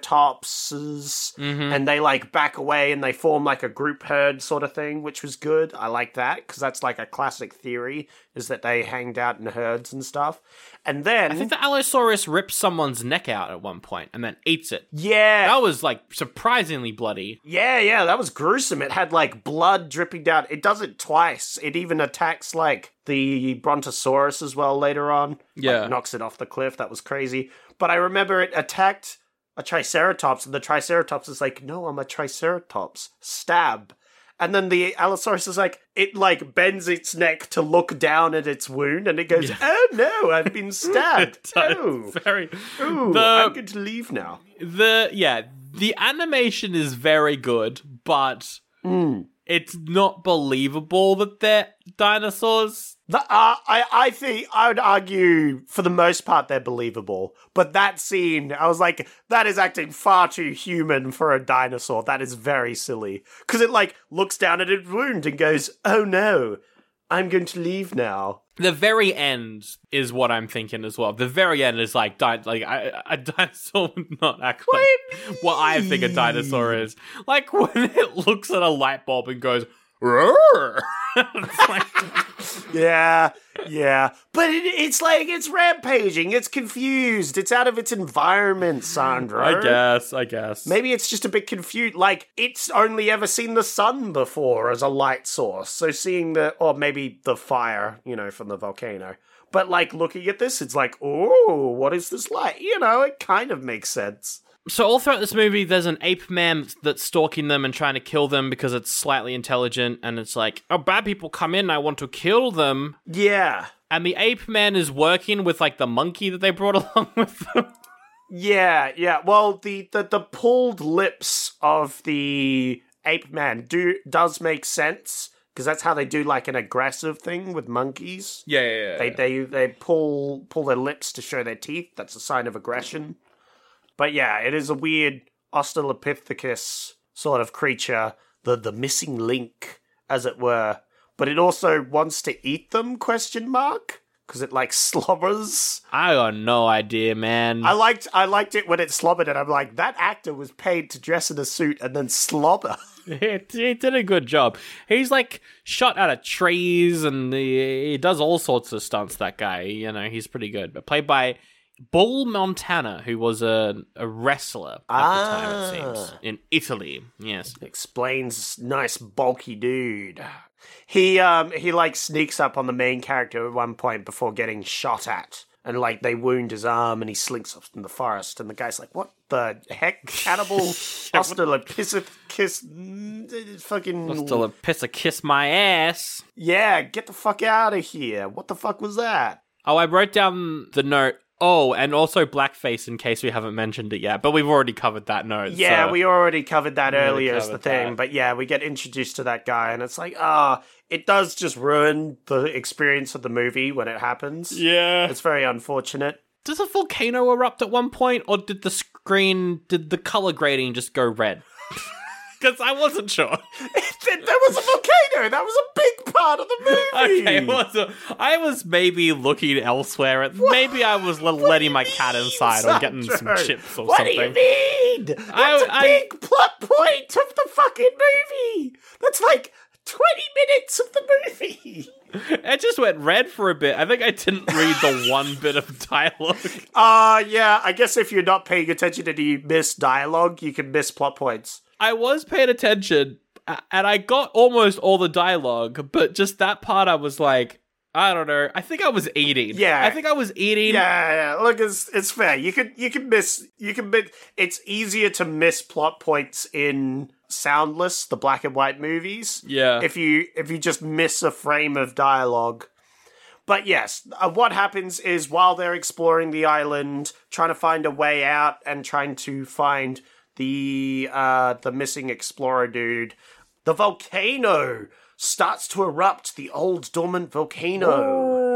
triceratopses, Mm-hmm. and they like back away and they form like a group herd sort of thing, which was good. I like that because that's like a classic theory is that they hanged out in herds and stuff. And then, I think the Allosaurus rips someone's neck out at one point and then eats it. yeah, That was like surprisingly bloody. Yeah, yeah, that was gruesome. It had like blood dripping down. It does it twice. It even attacks like the Brontosaurus as well later on. Like, Yeah. knocks it off the cliff. That was crazy. But I remember it attacked a Triceratops, and the Triceratops is like, no, I'm a Triceratops. Stab. And then the Allosaurus is like, it like bends its neck to look down at its wound, and it goes, oh no, I've been stabbed. oh, Very. ooh, the- I'm going to leave now. the yeah the animation is very good but Mm. it's not believable that they're dinosaurs The, uh, I, I think I would argue for the most part they're believable, but that scene, I was like, that is acting far too human for a dinosaur. That is very silly because it like looks down at its wound and goes, "Oh no, I'm going to leave now." the very end is what I'm thinking as well. The very end is like di- like I, a dinosaur would not act like what I think a dinosaur is. Like when it looks at a light bulb and goes, "Roar!" It's like- Yeah, yeah, but it, it's like it's rampaging. It's confused. It's out of its environment, Sandra. I guess, I guess. Maybe it's just a bit confused. Like it's only ever seen the sun before as a light source. So seeing the, or maybe the fire, you know, from the volcano. But like looking at this, it's like, oh, what is this light? You know, it kind of makes sense. So all throughout this movie, there's an ape man that's stalking them and trying to kill them because it's slightly intelligent, and it's like, oh, bad people come in, I want to kill them. Yeah, And the ape man is working with like the monkey that they brought along with them. yeah, yeah. Well, the the, the pulled lips of the ape man do does make sense because that's how they do like an aggressive thing with monkeys. Yeah, yeah, yeah. They they they pull pull their lips to show their teeth. That's a sign of aggression. But yeah, it is a weird Australopithecus sort of creature, the the missing link, as it were. But it also wants to eat them? Question mark because it like slobbers. I got no idea, man. I liked I liked it when it slobbered, and I'm like that actor was paid to dress in a suit and then slobber. he, he did a good job. He's like shot out of trees and he, he does all sorts of stunts. That guy, you know, he's pretty good. But played by Bull Montana, who was a, a wrestler at the Ah. time, it seems, in Italy. Yes, explains nice bulky dude. He um he like sneaks up on the main character at one point before getting shot at. And like they wound his arm and he slinks off in the forest and the guy's like, What the heck? Cannibal Australopithecus mm, fucking still a piss a kiss my ass. Yeah, get the fuck out of here. What the fuck was that? Oh, I wrote down the note. Oh, and also blackface in case we haven't mentioned it yet, but we've already covered that note. Yeah, so- we already covered that earlier as the covered thing, that. but yeah, we get introduced to that guy and it's like, ah, it does just ruin the experience of the movie when it happens. Yeah. It's very unfortunate. Does a volcano erupt at one point, or did the screen, did the color grading just go red? Because I wasn't sure. there was a volcano. That was a big part of the movie. Okay, what's a, I was maybe looking elsewhere. At, maybe I was l- letting my cat inside or getting some Sandro? chips or what something. do you mean? That's I- a I- big plot point of the fucking movie. That's like twenty minutes of the movie. It just went red for a bit. I think I didn't read the one bit of dialogue. Uh yeah. I guess if you're not paying attention and you miss dialogue, you can miss plot points. I was paying attention, a- and I got almost all the dialogue, but just that part I was like, I don't know. I think I was 18. Yeah. I think I was 18. Yeah, yeah. Look, it's it's fair. You could you can miss you can miss. It's easier to miss plot points in Soundless, the black and white movies. Yeah. If you if you just miss a frame of dialogue. But yes, uh, what happens is while they're exploring the island, trying to find a way out and trying to find the uh, the missing explorer dude, the volcano starts to erupt. The old dormant volcano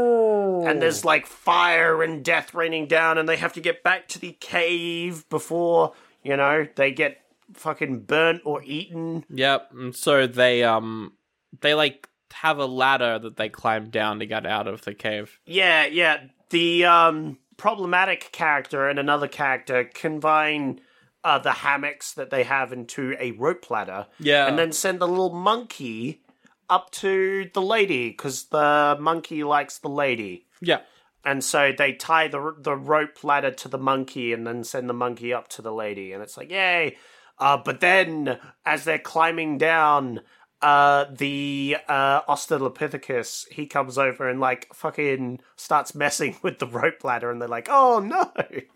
and there's like fire and death raining down, and they have to get back to the cave before you know they get fucking burnt or eaten. Yep. And so they um they like have a ladder that they climb down to get out of the cave. Yeah, yeah. The um, problematic character and another character combine uh, the hammocks that they have into a rope ladder, Yeah. and then send the little monkey up to the lady because the monkey likes the lady. Yeah. And so they tie the the rope ladder to the monkey and then send the monkey up to the lady, and it's like yay. Uh, but then, as they're climbing down, uh, the uh, Australopithecus he comes over and like fucking starts messing with the rope ladder, and they're like, "Oh no!"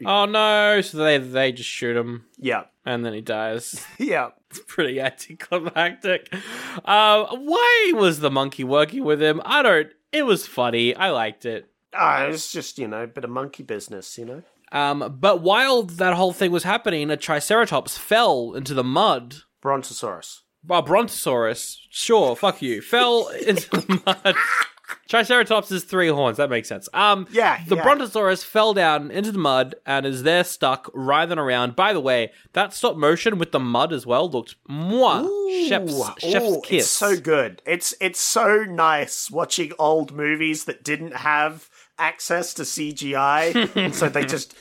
Oh no! So they they just shoot him yeah, and then he dies. yeah. it's pretty anticlimactic. Uh, why was the monkey working with him? I don't. It was funny. I liked it. Ah, it's just you know, a bit of monkey business, you know. Um, but while that whole thing was happening, a Triceratops fell into the mud. Brontosaurus. Well, Brontosaurus, sure, fuck you, fell into the mud. Triceratops is three horns. That makes sense. Um, Yeah, The yeah. Brontosaurus fell down into the mud and is there stuck, writhing around. By the way, that stop motion with the mud as well looked mwah, chef's, Ooh, chef's ooh, kiss. It's so good. It's it's so nice watching old movies that didn't have access to CGI, so they just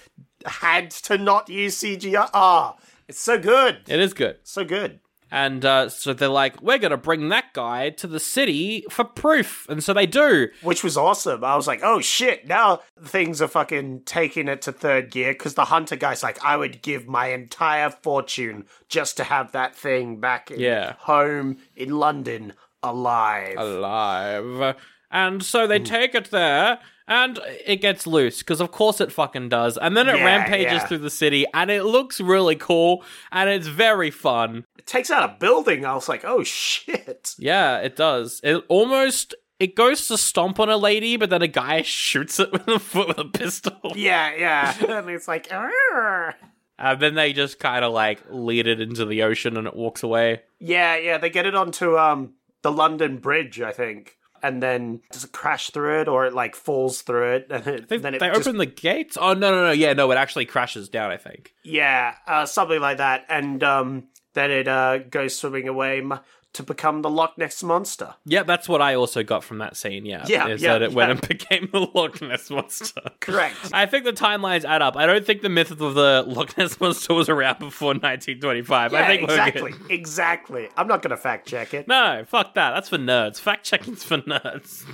had to not use CGI. Ah, it's so good. It is good. So good. And uh, so they're like, we're going to bring that guy to the city for proof. And so they do. Which was awesome. I was like, oh shit, now things are fucking taking it to third gear because the hunter guy's like, I would give my entire fortune just to have that thing back in Yeah. home in London alive. alive. And so they take it there, and it gets loose because, of course, it fucking does. And then it Yeah, rampages yeah. through the city, and it looks really cool, and it's very fun. It takes out a building. I was like, oh shit. Yeah, it does. It almost it goes to stomp on a lady, but then a guy shoots it with a foot with a pistol, Yeah, yeah. and it's like, "Arr." and then they just kind of like lead it into the ocean, and it walks away. yeah, yeah. They get it onto um the London Bridge, I think, and then does it crash through it or it like falls through it? And it, They, then it they just- open the gates. Oh no, no, no! Yeah, no, it actually crashes down. I think. yeah, uh, something like that, and um then it uh goes swimming away m- to become the Loch Ness monster. Yeah, that's what I also got from that scene. Yeah, Yeah, is yeah, that it went yeah. and became the Loch Ness monster. Correct. I think the timelines add up. I don't think the myth of the Loch Ness monster was around before 1925. I Yeah, think we're good. exactly, exactly. I'm not gonna fact check it. No, fuck that. That's for nerds. Fact checking's for nerds.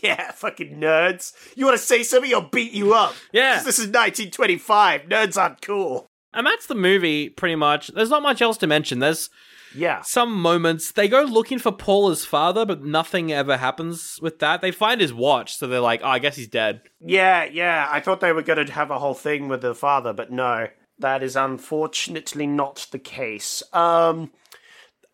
yeah, fucking nerds. You want to say something? I'll beat you up. Yeah. 'Cause this is 1925. Nerds aren't cool. And that's the movie, pretty much. There's not much else to mention. There's Yeah. some moments they go looking for Paula's father, but nothing ever happens with that. They find his watch, so they're like, "Oh, I guess he's dead." Yeah, yeah. I thought they were going to have a whole thing with the father, but no. That is unfortunately not the case. Um,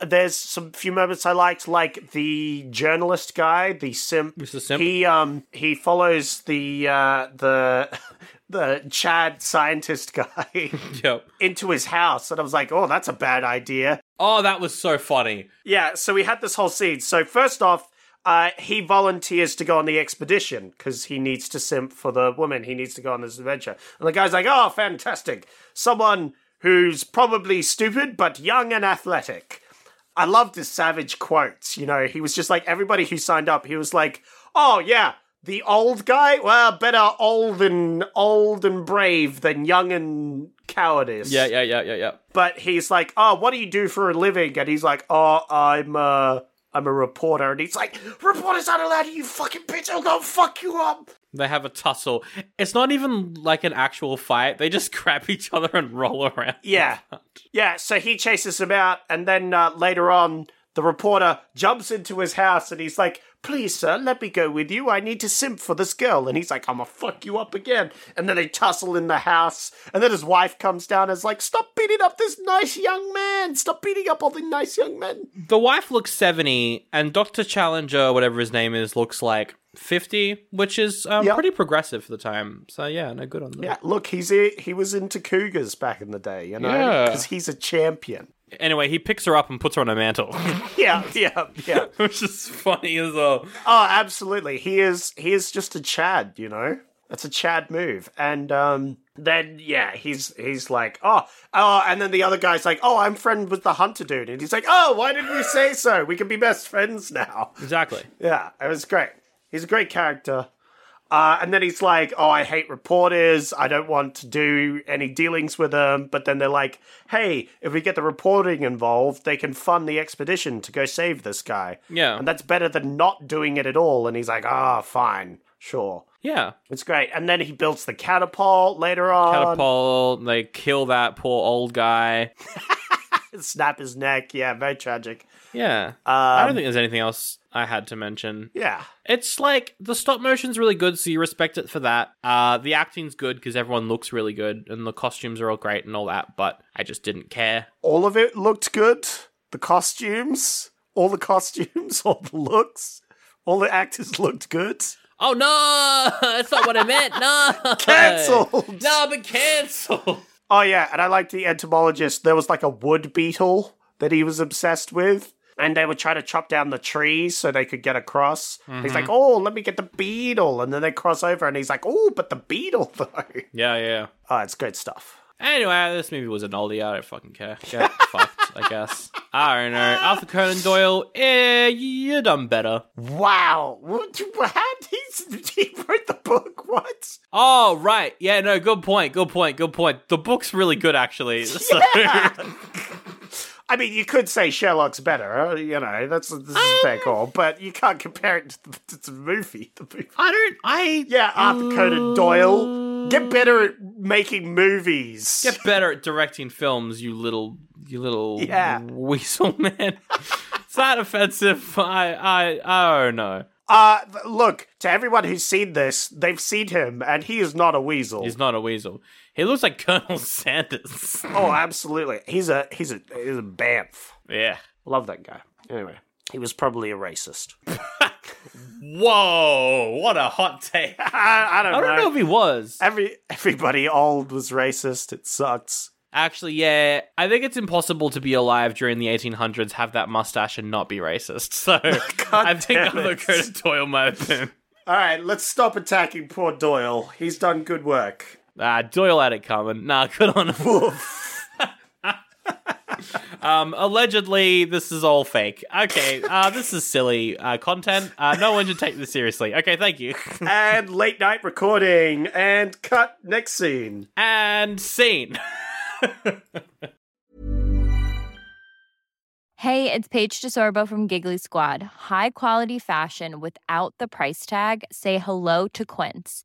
there's some few moments I liked, like the journalist guy, the simp. Mr. Simp. He um he follows the uh, the the Chad scientist guy Yep. into his house, and I was like, oh, that's a bad idea. Oh, that was so funny. Yeah, so we had this whole scene. So first off, uh, he volunteers to go on the expedition because he needs to simp for the woman. He needs to go on this adventure. And the guy's like, "Oh, fantastic! Someone who's probably stupid but young and athletic." I loved his savage quotes. You know, he was just like everybody who signed up. He was like, "Oh yeah." The old guy, well, better old and old and brave than young and cowardice Yeah, yeah, yeah, yeah, yeah. but he's like, "Oh, what do you do for a living?" And he's like, "Oh, I'm uh, I'm a reporter." And he's like, "Reporters aren't allowed. You fucking bitch! I'll go fuck you up." They have a tussle. It's not even like an actual fight. They just grab each other and roll around. Yeah, yeah. So he chases him out, and then uh, later on, The reporter jumps into his house and he's like, Please, sir, let me go with you. I need to simp for this girl. And he's like, I'm gonna fuck you up again. And then they tussle in the house. And then his wife comes down and is like, Stop beating up this nice young man. Stop beating up all the nice young men. The wife looks 70, and Dr. Challenger, whatever his name is, looks like 50, which is um, Yep. pretty progressive for the time. So, yeah, no good on them. Yeah, look, he's i he was into cougars back in the day, you know, Yeah. because he's a champion. Anyway, he picks her up and puts her on a mantle, Yeah, yeah, yeah. which is funny as well. Oh, absolutely. He is he is just a Chad, you know? That's a Chad move. And um then yeah, he's he's like, oh, oh, and then the other guy's like, oh, I'm friend with the hunter dude, and he's like, oh, why didn't you say so? We can be best friends now. Exactly. Yeah, it was great. He's a great character. Uh, and then he's like, "Oh, I hate reporters. I don't want to do any dealings with them." But then they're like, "Hey, if we get the reporting involved, they can fund the expedition to go save this guy." Yeah. and that's better than not doing it at all. And he's like, "Ah, fine, sure, Yeah. it's great." And then he builds the catapult later on. Um, Catapult, they kill that poor old guy. snap his neck. Yeah, very tragic. Yeah. um, I don't think there's anything else I had to mention. Yeah, It's like the stop motion's really good, so you respect it for that. Uh, the acting's good because everyone looks really good, and the costumes are all great and all that. But I just didn't care. all of it looked good. The costumes, all the costumes, all the looks, all the actors looked good. Oh no, that's not what I meant. No, Cancelled. No, but cancelled. Oh yeah, and I liked the entomologist. There was like a wood beetle that he was obsessed with. And they would try to chop down the trees so they could get across. He's like, "Oh, let me get the beetle," and then they cross over, and he's like, "Oh, but the beetle though." Yeah, yeah. Oh, it's good stuff. Anyway, this movie was an oldie. I don't fucking care. Get fucked, I guess. I don't know. Arthur Conan Doyle, eh, you done better. Wow, what? How he's, he wrote the book? What? Oh right, yeah, no, good point, good point, good point. The book's really good actually. So- I mean, you could say Sherlock's better. uh, You know, that's this is a Um, fair call, but you can't compare it to the, to the movie. The movie. I don't. I Yeah, Arthur Um, Conan Doyle. Get better at making movies. Get better at directing films, you little, you little Yeah. weasel man. it's not offensive. I, I, oh no, Uh, th- look, to everyone who's seen this, they've seen him, and he is not a weasel. he's not a weasel. He looks like Colonel Sanders. oh, absolutely. He's a he's a he's a bamf. yeah. Love that guy. Anyway, he was probably a racist. Whoa! What a hot take. I I, I don't, don't know if he was. Every everybody old was racist. It sucks. Actually, yeah, I think it's impossible to be alive during the 1800s, have that mustache, and not be racist. So I think damn Arthur it. Conan Doyle might have been. All right, let's stop attacking poor Doyle. He's done good work. Ah, Doyle had it coming. Nah, good on him. um, allegedly, this is all fake. Okay, uh, this is silly uh, content. Uh, no one should take this seriously. Okay, thank you. and late night recording and cut next scene. and scene. Hey, it's Paige DeSorbo from Giggly Squad. High quality fashion without the price tag. Say hello to Quince.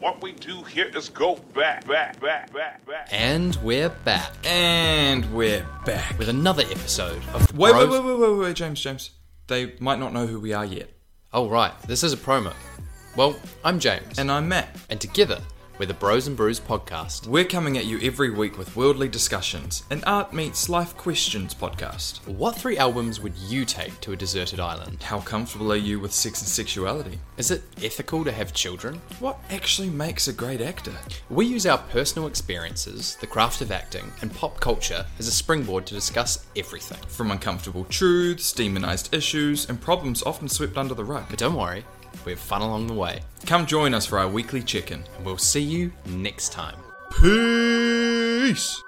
What we do here is go back, back, back, back, back. And we're back And we're back. with another episode of. Wait, wait, wait, Bros- wait, wait, wait, James, James. They might not know who we are yet. Oh, right, this is a promo. Well, I'm James, and, And I'm Matt. together we're the Bros and Brews podcast. We're coming at you every week with worldly discussions, an art meets life questions podcast. What three albums would you take to a deserted island? How comfortable are you with sex and sexuality? Is it ethical to have children? What actually makes a great actor? We use our personal experiences, the craft of acting, and pop culture as a springboard to discuss everything. From uncomfortable truths, demonized issues, and problems often swept under the rug. But don't worry, we have fun along the way, Come join us for our weekly check in. and we'll see you next time. Peace!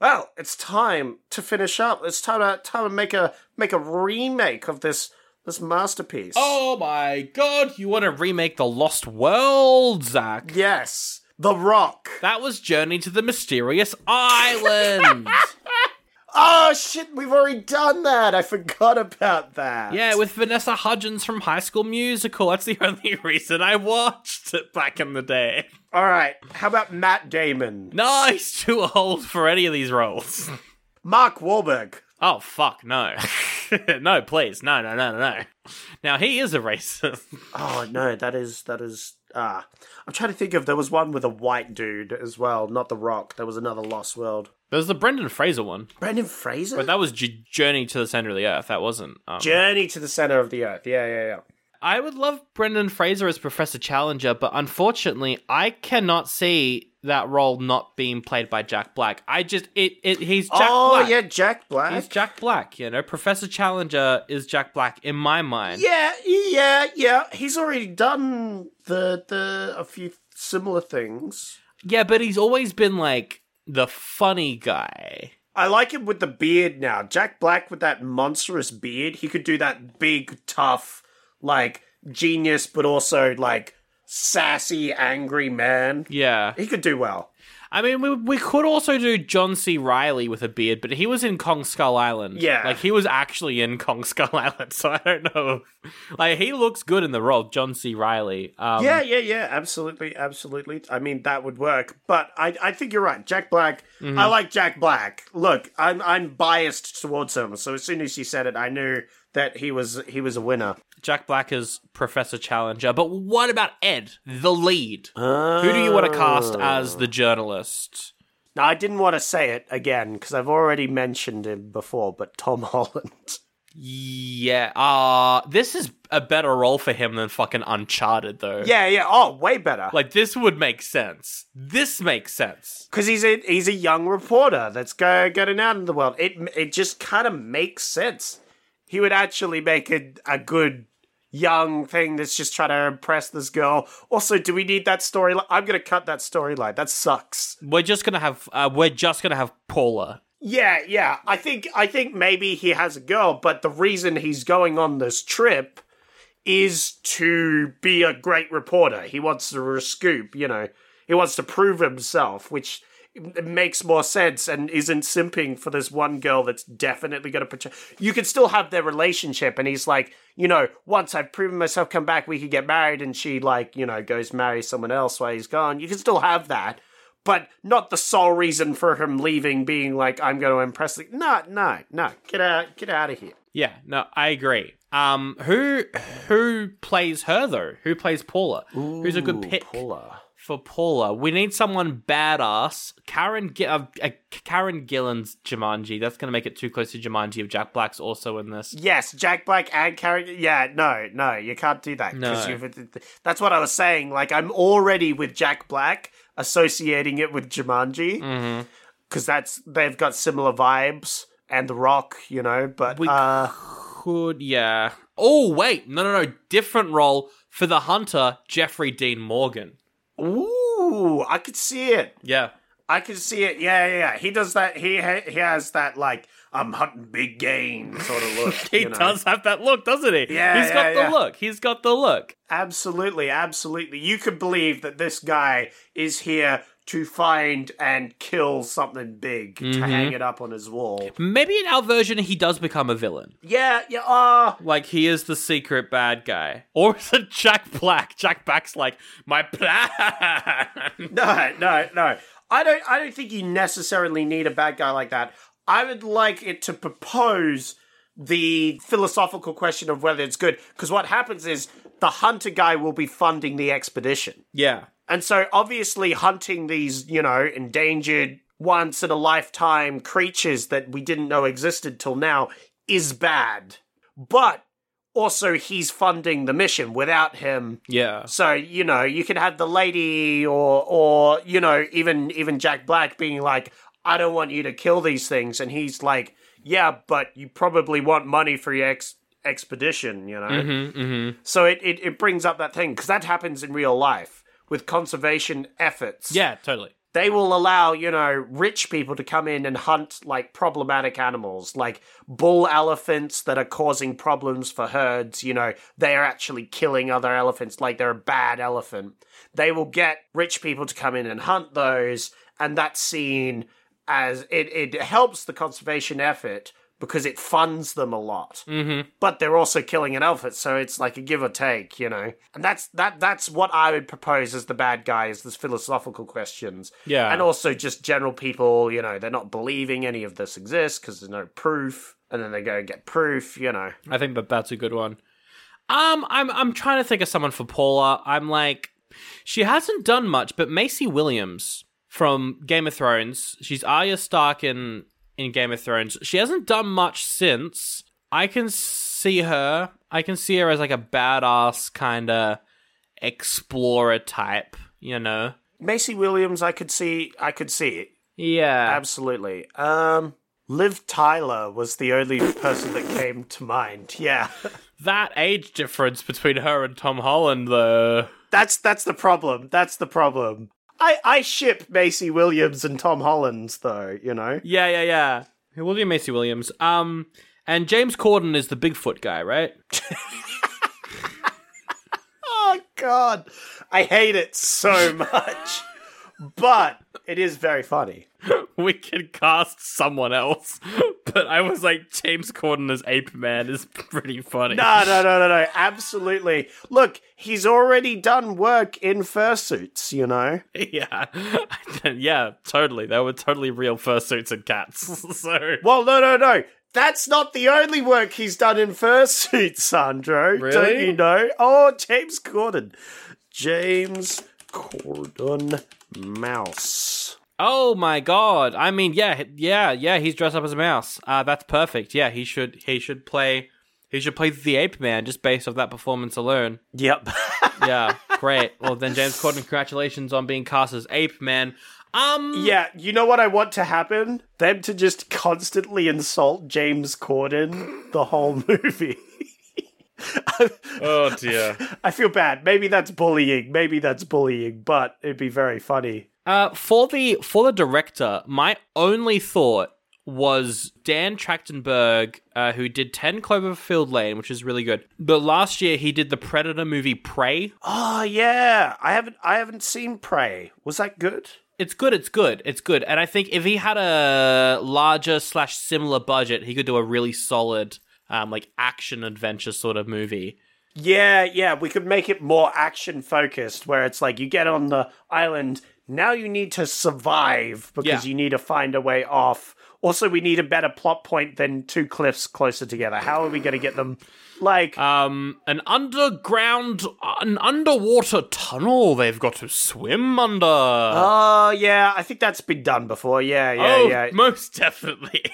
well, it's time to finish up. It's time to time to make a make a remake of this this masterpiece. Oh my god, you want to remake The Lost World, Zach? yes, The Rock. That was Journey to the Mysterious Island. Oh shit, we've already done that. I forgot about that. yeah, with Vanessa Hudgens from High School Musical. That's the only reason I watched it back in the day. All right. How about Matt Damon? No, he's too old for any of these roles. Mark Wahlberg. Oh fuck no. no, please. No, no, no, no, no. Now he is a racist. Oh no, that is that is ah. I'm trying to think of there was one with a white dude as well, not The Rock. There was another Lost World. There's the Brendan Fraser one, Brendan Fraser. but that was J- Journey to the Center of the Earth. That wasn't. Um, Journey to the center of the earth. Yeah, yeah, yeah. I would love Brendan Fraser as Professor Challenger, but unfortunately, I cannot see that role not being played by Jack Black. I just it, it he's Jack oh Black. yeah, Jack Black. He's Jack Black, you know. Professor Challenger is Jack Black in my mind. yeah, yeah, yeah. He's already done the the a few similar things. Yeah, but he's always been like the funny guy. I like him with the beard now. Jack Black with that monstrous beard. He could do that big, tough, like genius, but also like sassy, angry man. Yeah. He could do well. I mean, we, we could also do John C. Riley with a beard, but he was in Kong Skull Island. Yeah. Like, he was actually in Kong Skull Island, so I don't know. Like, he looks good in the role, John C. Riley. Um, yeah, yeah, yeah. Absolutely, absolutely. I mean, that would work. But I, I think you're right. Jack Black. I like Jack Black. Look, I'm, I'm biased towards him. So as soon as you said it, I knew that he was, he was a winner. Jack Black is Professor Challenger, but what about Ed, the lead? Who do you want to cast Oh. as the journalist? Now I didn't want to say it again because I've already mentioned him before. But Tom Holland. Yeah, uh, this is a better role for him than fucking Uncharted, though. Yeah, yeah. Oh, way better. Like, this would make sense. This makes sense. because he's a he's a young reporter that's go getting out in the world. It it just kind of makes sense. He would actually make a a good young thing that's just trying to impress this girl. Also, do we need that storyline? I'm gonna cut that storyline. That sucks. We're just gonna have uh, we're just gonna have Paula. Yeah, yeah. I think I think maybe he has a girl, but the reason he's going on this trip is to be a great reporter. He wants to re- scoop, you know. He wants to prove himself, which m- makes more sense and isn't simping for this one girl that's definitely going to portray. You could still have their relationship, and he's like, you know, once I've proven myself, come back, we could get married, and she like, you know, goes marry someone else while he's gone. You can still have that but not the sole reason for him leaving being like i'm going to impress the no no no get out get out of here Yeah, no, I agree. Um, who who plays her though? Who plays Paula? Who's a good pick for Paula? We need someone badass. Karen Gi- uh, uh, Karen Gillan's Jumanji. That's gonna make it too close to Jumanji. If Jack Black's also in this, yes jack black and character yeah no no you can't do that because No. you've that's what i was saying like i'm already with jack black associating it with jumanji Mm-hmm. because that's they've got similar vibes and the rock you know but We- uh could yeah. Oh wait, no, no, no, different role for the Hunter, Jeffrey Dean Morgan. ooh i could see it Yeah, I can see it. Yeah, yeah, yeah. He does that. He ha- he has that like I'm hunting big game sort of look. he you know? does have that look, doesn't he? Yeah, he's got yeah, the yeah. look. He's got the look. Absolutely, absolutely. You could believe that this guy is here to find and kill something big to hang it up on his wall. Maybe in our version, he does become a villain. Yeah, yeah. Uh, Like he is the secret bad guy, or is it Jack Black? Jack Black's like my plan. no, no, no. I don't. I don't think you necessarily need a bad guy like that. I would like it to propose the philosophical question of whether it's good. Because what happens is the hunter guy will be funding the expedition. yeah, And so obviously hunting these, you know, endangered once in a lifetime creatures that we didn't know existed till now is bad. But also he's funding the mission without him. yeah, So, you know, you can have the lady or or you know, even even Jack Black being like, "I don't want you to kill these things." And he's like, "Yeah, but you probably want money for your ex- expedition, you know." mm-hmm. So it, it, it brings up that thing because that happens in real life with conservation efforts. yeah, totally. they will allow, you know, rich people to come in and hunt like problematic animals, like bull elephants that are causing problems for herds, you know, they are actually killing other elephants, like they're a bad elephant. They will get rich people to come in and hunt those, and that's seen as it, it helps the conservation effort because it funds them a lot but they're also killing an elephant, so it's like a give or take, you know. And that's that that's what I would propose as the bad guy is this philosophical questions. Yeah. And also just general people, you know, they're not believing any of this exists because there's no proof. And then they go and get proof, you know. I think that that's a good one. Um, I'm I'm trying to think of someone for Paula. I'm like, she hasn't done much, but Macy Williams from Game of Thrones. She's Arya Stark in in Game of Thrones. She hasn't done much since. I can see her. I can see her as like a badass kind of explorer type. You know? Macy Williams, I could see I could see it. Yeah. Absolutely. Um Liv Tyler was the only person that came to mind. Yeah. That age difference between her and Tom Holland, though. That's that's the problem. That's the problem. I, I ship Macy Williams and Tom Holland though, you know. Yeah, yeah, yeah. Hey, William Macy Williams. Um, and James Corden is the Bigfoot guy, right? Oh god. I hate it so much. but it is very funny. we could cast someone else, but I was like, James Corden as Ape Man is pretty funny. No, no, no, no, no. Absolutely. Look, he's already done work in fursuits, you know. yeah, yeah, totally. They were totally real fursuits and cats. so Well, no, no, no. That's not the only work he's done in fursuits, Sandro. Don't Really? you know? Oh, James Corden. James Corden Mouse. Oh my god! I mean, yeah, yeah, yeah. He's dressed up as a mouse. Uh, that's perfect. Yeah, he should. He should play. He should play the ape man just based off that performance alone. Yep. Yeah, great. Well, then James Corden, congratulations on being cast as ape man. Um, yeah, you know what I want to happen? Them to just constantly insult James Corden the whole movie. oh dear. I feel bad. Maybe that's bullying. Maybe that's bullying, but it'd be very funny. Uh, for the for the director, my only thought was Dan Trachtenberg, uh, who did Ten Cloverfield Lane, which is really good. But last year he did the Predator movie Prey. Oh yeah, I haven't I haven't seen Prey. Was that good? It's good. It's good. It's good. And I think if he had a larger slash similar budget, he could do a really solid, um, like action adventure sort of movie. Yeah, yeah, we could make it more action focused where it's like you get on the island, now you need to survive because Yeah. you need to find a way off. Also, we need a better plot point than two cliffs closer together. How are we going to get them like Um, an underground, an underwater tunnel they've got to swim under. Oh yeah, I think that's been done before. Yeah, yeah, oh, yeah. most definitely.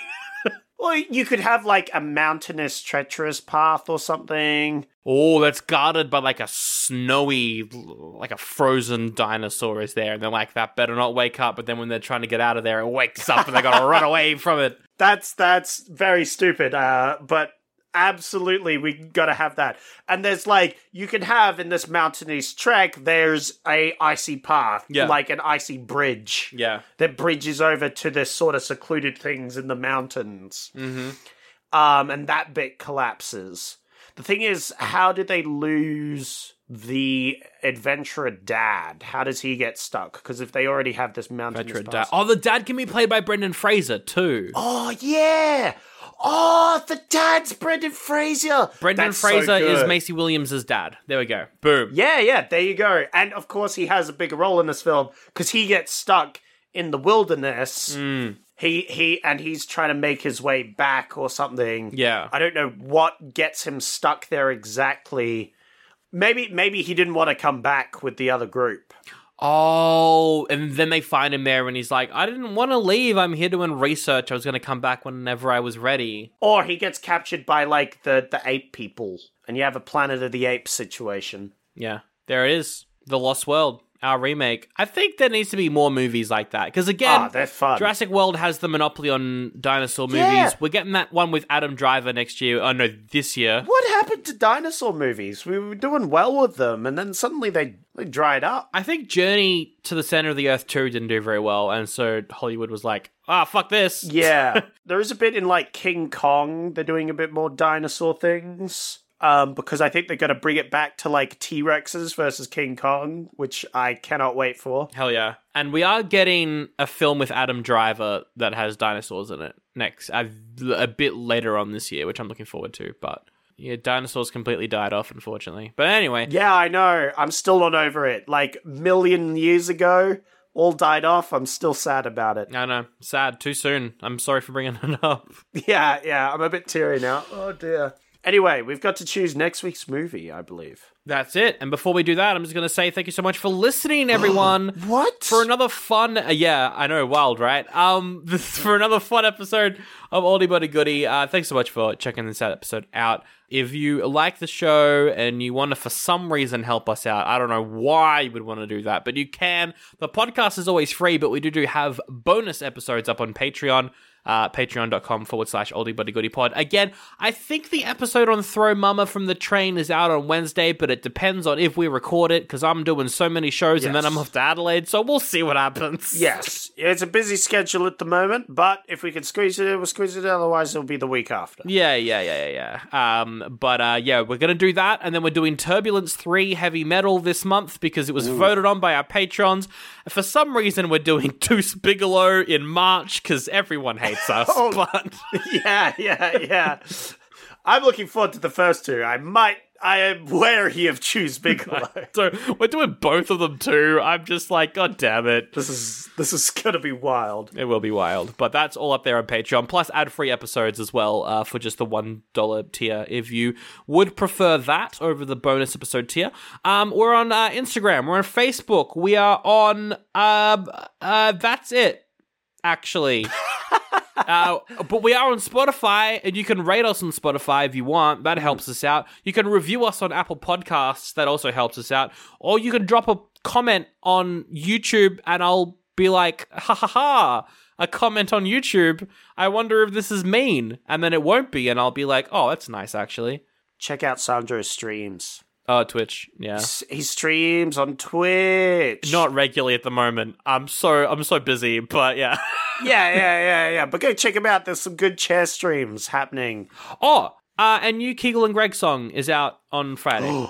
Well, you could have like a mountainous, treacherous path or something. oh, that's guarded by like a snowy, like a frozen dinosaur is there, and they're like, that better not wake up. But then when they're trying to get out of there, it wakes up and they gotta run away from it. That's that's very stupid. Uh, but absolutely, we got to have that. And there's like you can have in this mountainous trek. There's a icy path, Yeah. like an icy bridge. Yeah. that bridges over to this sort of secluded things in the mountains. Mm-hmm. Um, and that bit collapses. The thing is, how did they lose the adventurer dad? How does he get stuck? Because if they already have this mountain, Veteran dad. Oh, the dad can be played by Brendan Fraser too. oh yeah, oh the dad's Brendan Fraser. Brendan That's so Fraser is good. Macy Williams' dad. There we go. Boom. Yeah, yeah, there you go. And of course, he has a big role in this film because he gets stuck in the wilderness. He he, and he's trying to make his way back or something. Yeah. I don't know what gets him stuck there exactly. Maybe maybe he didn't want to come back with the other group. Oh, and then they find him there, and he's like, "I didn't want to leave. I'm here doing research. I was going to come back whenever I was ready." Or he gets captured by like the the ape people, and you have a Planet of the Apes situation. Yeah, there it is, the Lost World, our remake. I think there needs to be more movies like that because again, Ah, they're fun. Jurassic World has the monopoly on dinosaur movies. Yeah. We're getting that one with Adam Driver next year. Oh no, this year. What happened to dinosaur movies? We were doing well with them, and then suddenly they, they dried up. I think Journey to the Center of the Earth 2 didn't do very well, and so Hollywood was like, ah, fuck this. Yeah, there is a bit in like King Kong. They're doing a bit more dinosaur things. Um, because I think they're going to bring it back to like T Rexes versus King Kong, which I cannot wait for. Hell yeah. And we are getting a film with Adam Driver that has dinosaurs in it next, a, a bit later on this year, which I'm looking forward to, but. Yeah, dinosaurs completely died off, unfortunately. But anyway, Yeah, I know. I'm still not over it. Like million years ago, all died off. I'm still sad about it. I know, sad, too soon. I'm sorry for bringing it up. Yeah, yeah. I'm a bit teary now. Oh dear. Anyway, we've got to choose next week's movie, I believe. That's it. And before we do that, I'm just going to say thank you so much for listening, everyone. What? for another fun uh, yeah i know wild right um this for another fun episode of oldie but a goodie uh thanks so much for checking this out episode out if you like the show and you want to for some reason help us out i don't know why you would want to do that but you can the podcast is always free but we do do have bonus episodes up on patreon uh, patreon.com forward slash oldie buddy goody pod. Again, I think the episode on Throw Mama from the Train is out on Wednesday, but it depends on if we record it because I'm doing so many shows and then Yes. I'm off to Adelaide, so we'll see what happens. Yes, it's a busy schedule at the moment, but if we can squeeze it in, we'll squeeze it in. Otherwise, it'll be the week after. Yeah, yeah, yeah, yeah, yeah. Um, but uh, yeah, we're gonna do that, and then we're doing Turbulence Three Heavy Metal this month because it was voted on by our patrons. For some reason, we're doing Deuce Bigelow in March because everyone hates us. But yeah, yeah, yeah. I'm looking forward to the first two. I might. I am wary of Choose Bigelow. so we're doing both of them too. I'm just like, god damn it. this is this is gonna be wild. It will be wild, but that's all up there on Patreon, plus ad-free episodes as well uh, for just the one dollar tier. If you would prefer that over the bonus episode tier, um, we're on uh, Instagram, we're on Facebook, we are on. Uh, uh, that's it, actually. Uh, but we are on Spotify, and you can rate us on Spotify if you want. That helps us out. You can review us on Apple Podcasts. That also helps us out. Or you can drop a comment on YouTube, and I'll be like, ha ha ha, a comment on YouTube. I wonder if this is mean. And then it won't be, and I'll be like, oh, that's nice, actually. Check out Sandro's streams. Oh, Twitch. Yeah. He streams on Twitch. Not regularly at the moment. I'm so I'm so busy, but yeah. yeah, yeah, yeah, yeah. But go check him out. There's some good chair streams happening. Oh, uh, and new Kegel and Greg song is out on Friday. um,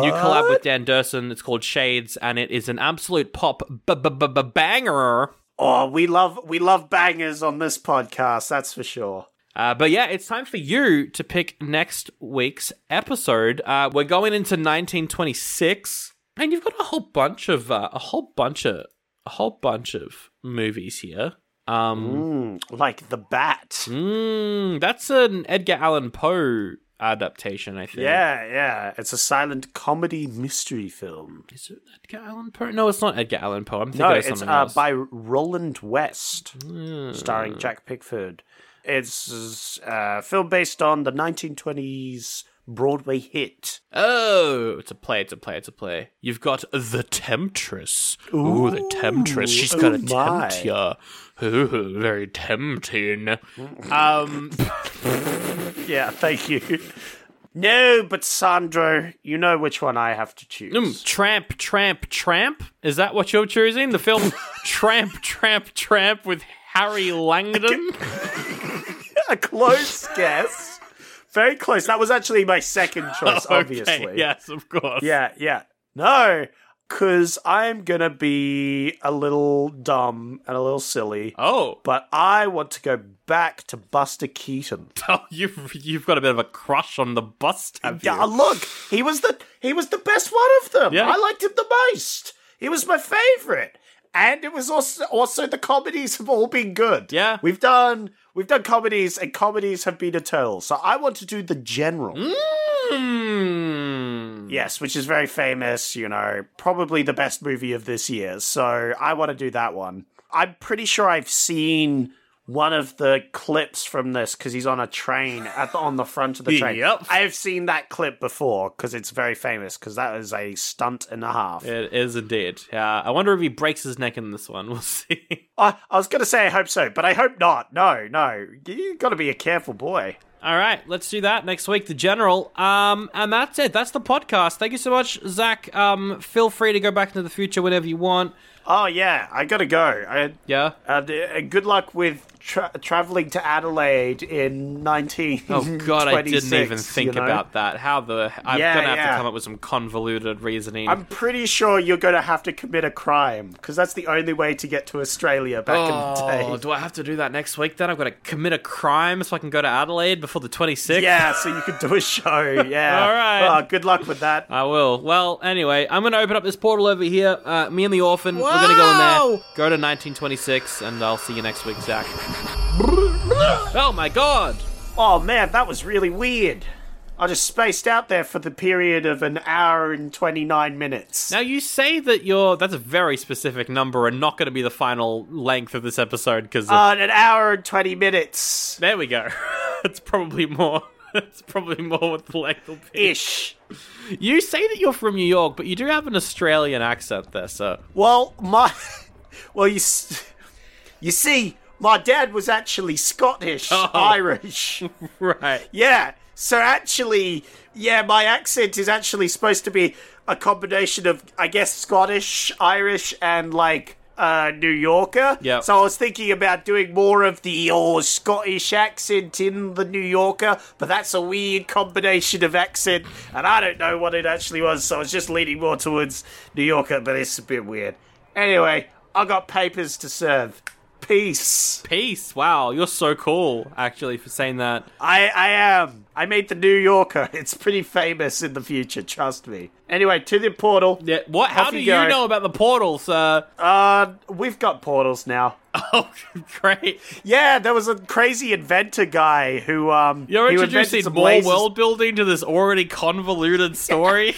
new collab with Dan Durson. It's called Shades, and it is an absolute pop b- b- b- b- banger. Oh, we love we love bangers on this podcast. That's for sure. Uh, but yeah, it's time for you to pick next week's episode. Uh, we're going into 1926, and you've got a whole bunch of uh, a whole bunch of a whole bunch of movies here. Um, Mm, Like the bat. mm, that's an Edgar Allan Poe adaptation, I think. Yeah, yeah. It's a silent comedy mystery film. Is it Edgar Allan Poe? No, it's not Edgar Allan Poe. I'm thinking No, of it's something uh, else. Hmm. by Roland West, starring Jack Pickford. It's uh, a film based on the 1920s Broadway hit. Oh, it's a play, it's a play, it's a play. You've got the temptress. Ooh, the temptress. She's gonna oh my. tempt ya. Ooh, very tempting. Um, Yeah, thank you. No, but Sandro, you know which one I have to choose. mm, tramp, tramp, tramp. Is that what you're choosing? The film Tramp, Tramp, Tramp with Harry Langdon. A close guess. Very close. That was actually my second choice, Okay, obviously. yes, of course. Yeah, yeah. No, because I'm going to be a little dumb and a little silly. Oh, But I want to go back to Buster Keaton. you've you've got a bit of a crush on the bust, have you? Yeah, look, he was the he was the best one of them. Yeah. I liked him the most. He was my favorite. And it was also also the comedies have all been good. Yeah. We've done we've done comedies and comedies have been a total. So I want to do the general. Mm. Yes, which is very famous, you know, probably the best movie of this year. So I want to do that one. I'm pretty sure I've seen one of the clips from this because he's on a train at the, on the front of the train. Yep. I've seen that clip before because it's very famous because that is a stunt and a half. It is indeed. Yeah, I wonder if he breaks his neck in this one. We'll see. I, I was going to say I hope so, but I hope not. No, no. you got to be a careful boy. All right, let's do that next week, the general. Um, and that's it. That's the podcast. Thank you so much, Zach. Um, feel free to go back into the future whenever you want. Oh, yeah. I got to go. I, Yeah. Uh, d- uh, good luck with tra- traveling to Adelaide in 19. Oh God, I didn't even think about that. How the I'm Yeah, gonna have to yeah. come up with some convoluted reasoning. I'm pretty sure you're going to have to commit a crime because that's the only way to get to Australia back in oh, the day. do I have to do that next week? Then I've got to commit a crime so I can go to Adelaide before the 26th. Yeah, so you could do a show. Yeah. All right. Oh, good luck with that. I will. Well, anyway, I'm gonna open up this portal over here. Uh, me and the orphan. We're gonna go in there. Go to 1926, and I'll see you next week, Zach. oh my God. Oh, man, that was really weird. I just spaced out there for the period of an hour and 29 minutes. Now you say that you're that's a very specific number and not going to be the final length of this episode because Uh, an hour and 20 minutes there we go. it's probably more. It's probably more what the length will be. ish. You say that you're from New York, but you do have an Australian accent there, so Well, my. Well, you. s- You see, my dad was actually Scottish, Irish. right. Yeah. So actually, yeah, my accent is actually supposed to be a combination of, I guess, Scottish, Irish, and like uh, New Yorker. Yep. So I was thinking about doing more of the old Scottish accent in the New Yorker, but that's a weird combination of accent, and I don't know what it actually was. So I was just leaning more towards New Yorker, but it's a bit weird. Anyway, I got papers to serve. Peace. Peace. Wow, you're so cool actually for saying that. I, I am. I made the New Yorker. It's pretty famous in the future, trust me. Anyway, to the portal. Yeah, what how Off do you you go. know about the portal, sir? Uh, we've got portals now. Oh, great. Yeah, there was a crazy inventor guy who um You're who introducing invented some more lasers. world building to this already convoluted story.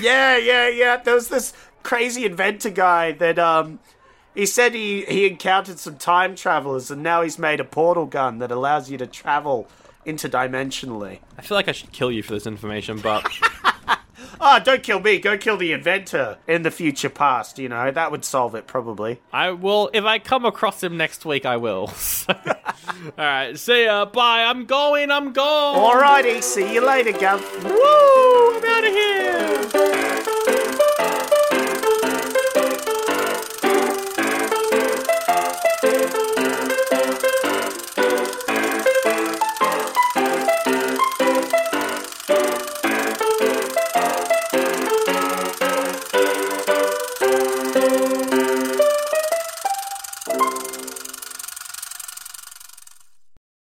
Yeah, yeah, yeah. There was this crazy inventor guy that um he said he he encountered some time travelers and now he's made a portal gun that allows you to travel interdimensionally. I feel like I should kill you for this information, but Ah, don't kill me. Go kill the inventor in the future past, you know. That would solve it probably. I will if I come across him next week. I will. So- all right, see ya. Bye. I'm going. I'm gone. Alrighty, see you later, Gov. Woo! I'm out of here.